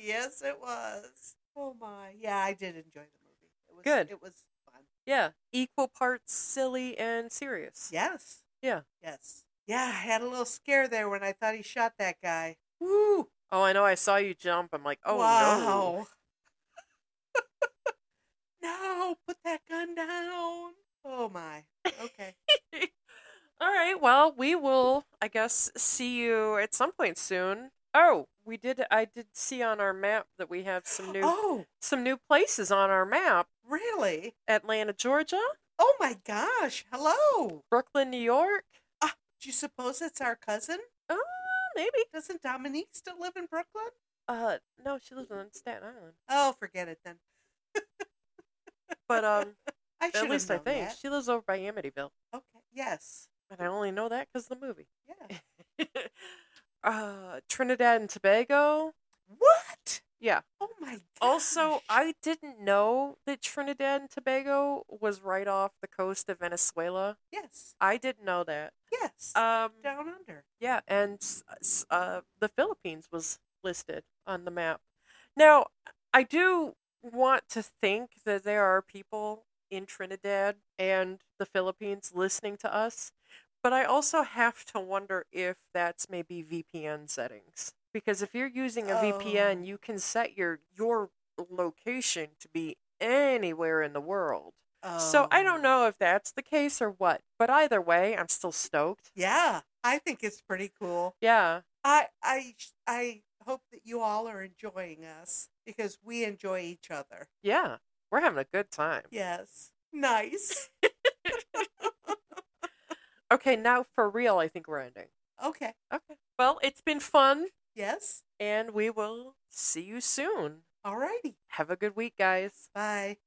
[SPEAKER 2] yes, it was. Oh my. Yeah, I did enjoy the movie. It was
[SPEAKER 1] Good.
[SPEAKER 2] It was fun.
[SPEAKER 1] Yeah, equal parts silly and serious.
[SPEAKER 2] Yes.
[SPEAKER 1] Yeah.
[SPEAKER 2] Yes. Yeah, I had a little scare there when I thought he shot that guy. Woo!
[SPEAKER 1] Oh, I know. I saw you jump. I'm like, oh no.
[SPEAKER 2] wow. no. put that gun down. Oh my. Okay.
[SPEAKER 1] All right. Well, we will, I guess, see you at some point soon. Oh, we did. I did see on our map that we have some new
[SPEAKER 2] Oh,
[SPEAKER 1] some new places on our map.
[SPEAKER 2] really?
[SPEAKER 1] Atlanta, Georgia.
[SPEAKER 2] Oh my gosh. Hello.
[SPEAKER 1] Brooklyn, New York.
[SPEAKER 2] Do you suppose it's our cousin?
[SPEAKER 1] Oh, maybe.
[SPEAKER 2] Doesn't Dominique still live in Brooklyn?
[SPEAKER 1] Uh, no, she lives on Staten Island.
[SPEAKER 2] Oh, forget it then.
[SPEAKER 1] But um,
[SPEAKER 2] I should
[SPEAKER 1] at
[SPEAKER 2] have
[SPEAKER 1] least I
[SPEAKER 2] known
[SPEAKER 1] think
[SPEAKER 2] that.
[SPEAKER 1] she lives over by Amityville,
[SPEAKER 2] Okay. Yes.
[SPEAKER 1] and I only know that because of the movie.
[SPEAKER 2] Yeah.
[SPEAKER 1] uh, Trinidad and Tobago.
[SPEAKER 2] What?
[SPEAKER 1] Yeah.
[SPEAKER 2] Oh my. Gosh.
[SPEAKER 1] Also, I didn't know that Trinidad and Tobago was right off the coast of Venezuela.
[SPEAKER 2] Yes.
[SPEAKER 1] I didn't know that.
[SPEAKER 2] Yes.
[SPEAKER 1] Um,
[SPEAKER 2] Down under.
[SPEAKER 1] yeah, and s- s- uh, the Philippines was listed on the map. Now, I do want to think that there are people in Trinidad and the Philippines listening to us, but I also have to wonder if that's maybe VPN settings. Because if you're using a
[SPEAKER 2] Oh.
[SPEAKER 1] VPN, you can set your your location to be anywhere in the world. So I
[SPEAKER 2] Oh.
[SPEAKER 1] don't know if that's the case or what, but either way, I'm still stoked.
[SPEAKER 2] Yeah, I think it's pretty cool.
[SPEAKER 1] Yeah.
[SPEAKER 2] I I I hope that you all are enjoying us because we enjoy each other.
[SPEAKER 1] Yeah, we're having a good time.
[SPEAKER 2] Yes. Nice.
[SPEAKER 1] Okay, now for real, I think we're ending.
[SPEAKER 2] Okay.
[SPEAKER 1] Okay. Well, it's been fun,
[SPEAKER 2] Yes.
[SPEAKER 1] and we will see you soon.
[SPEAKER 2] Alrighty.
[SPEAKER 1] Have a good week, guys.
[SPEAKER 2] Bye.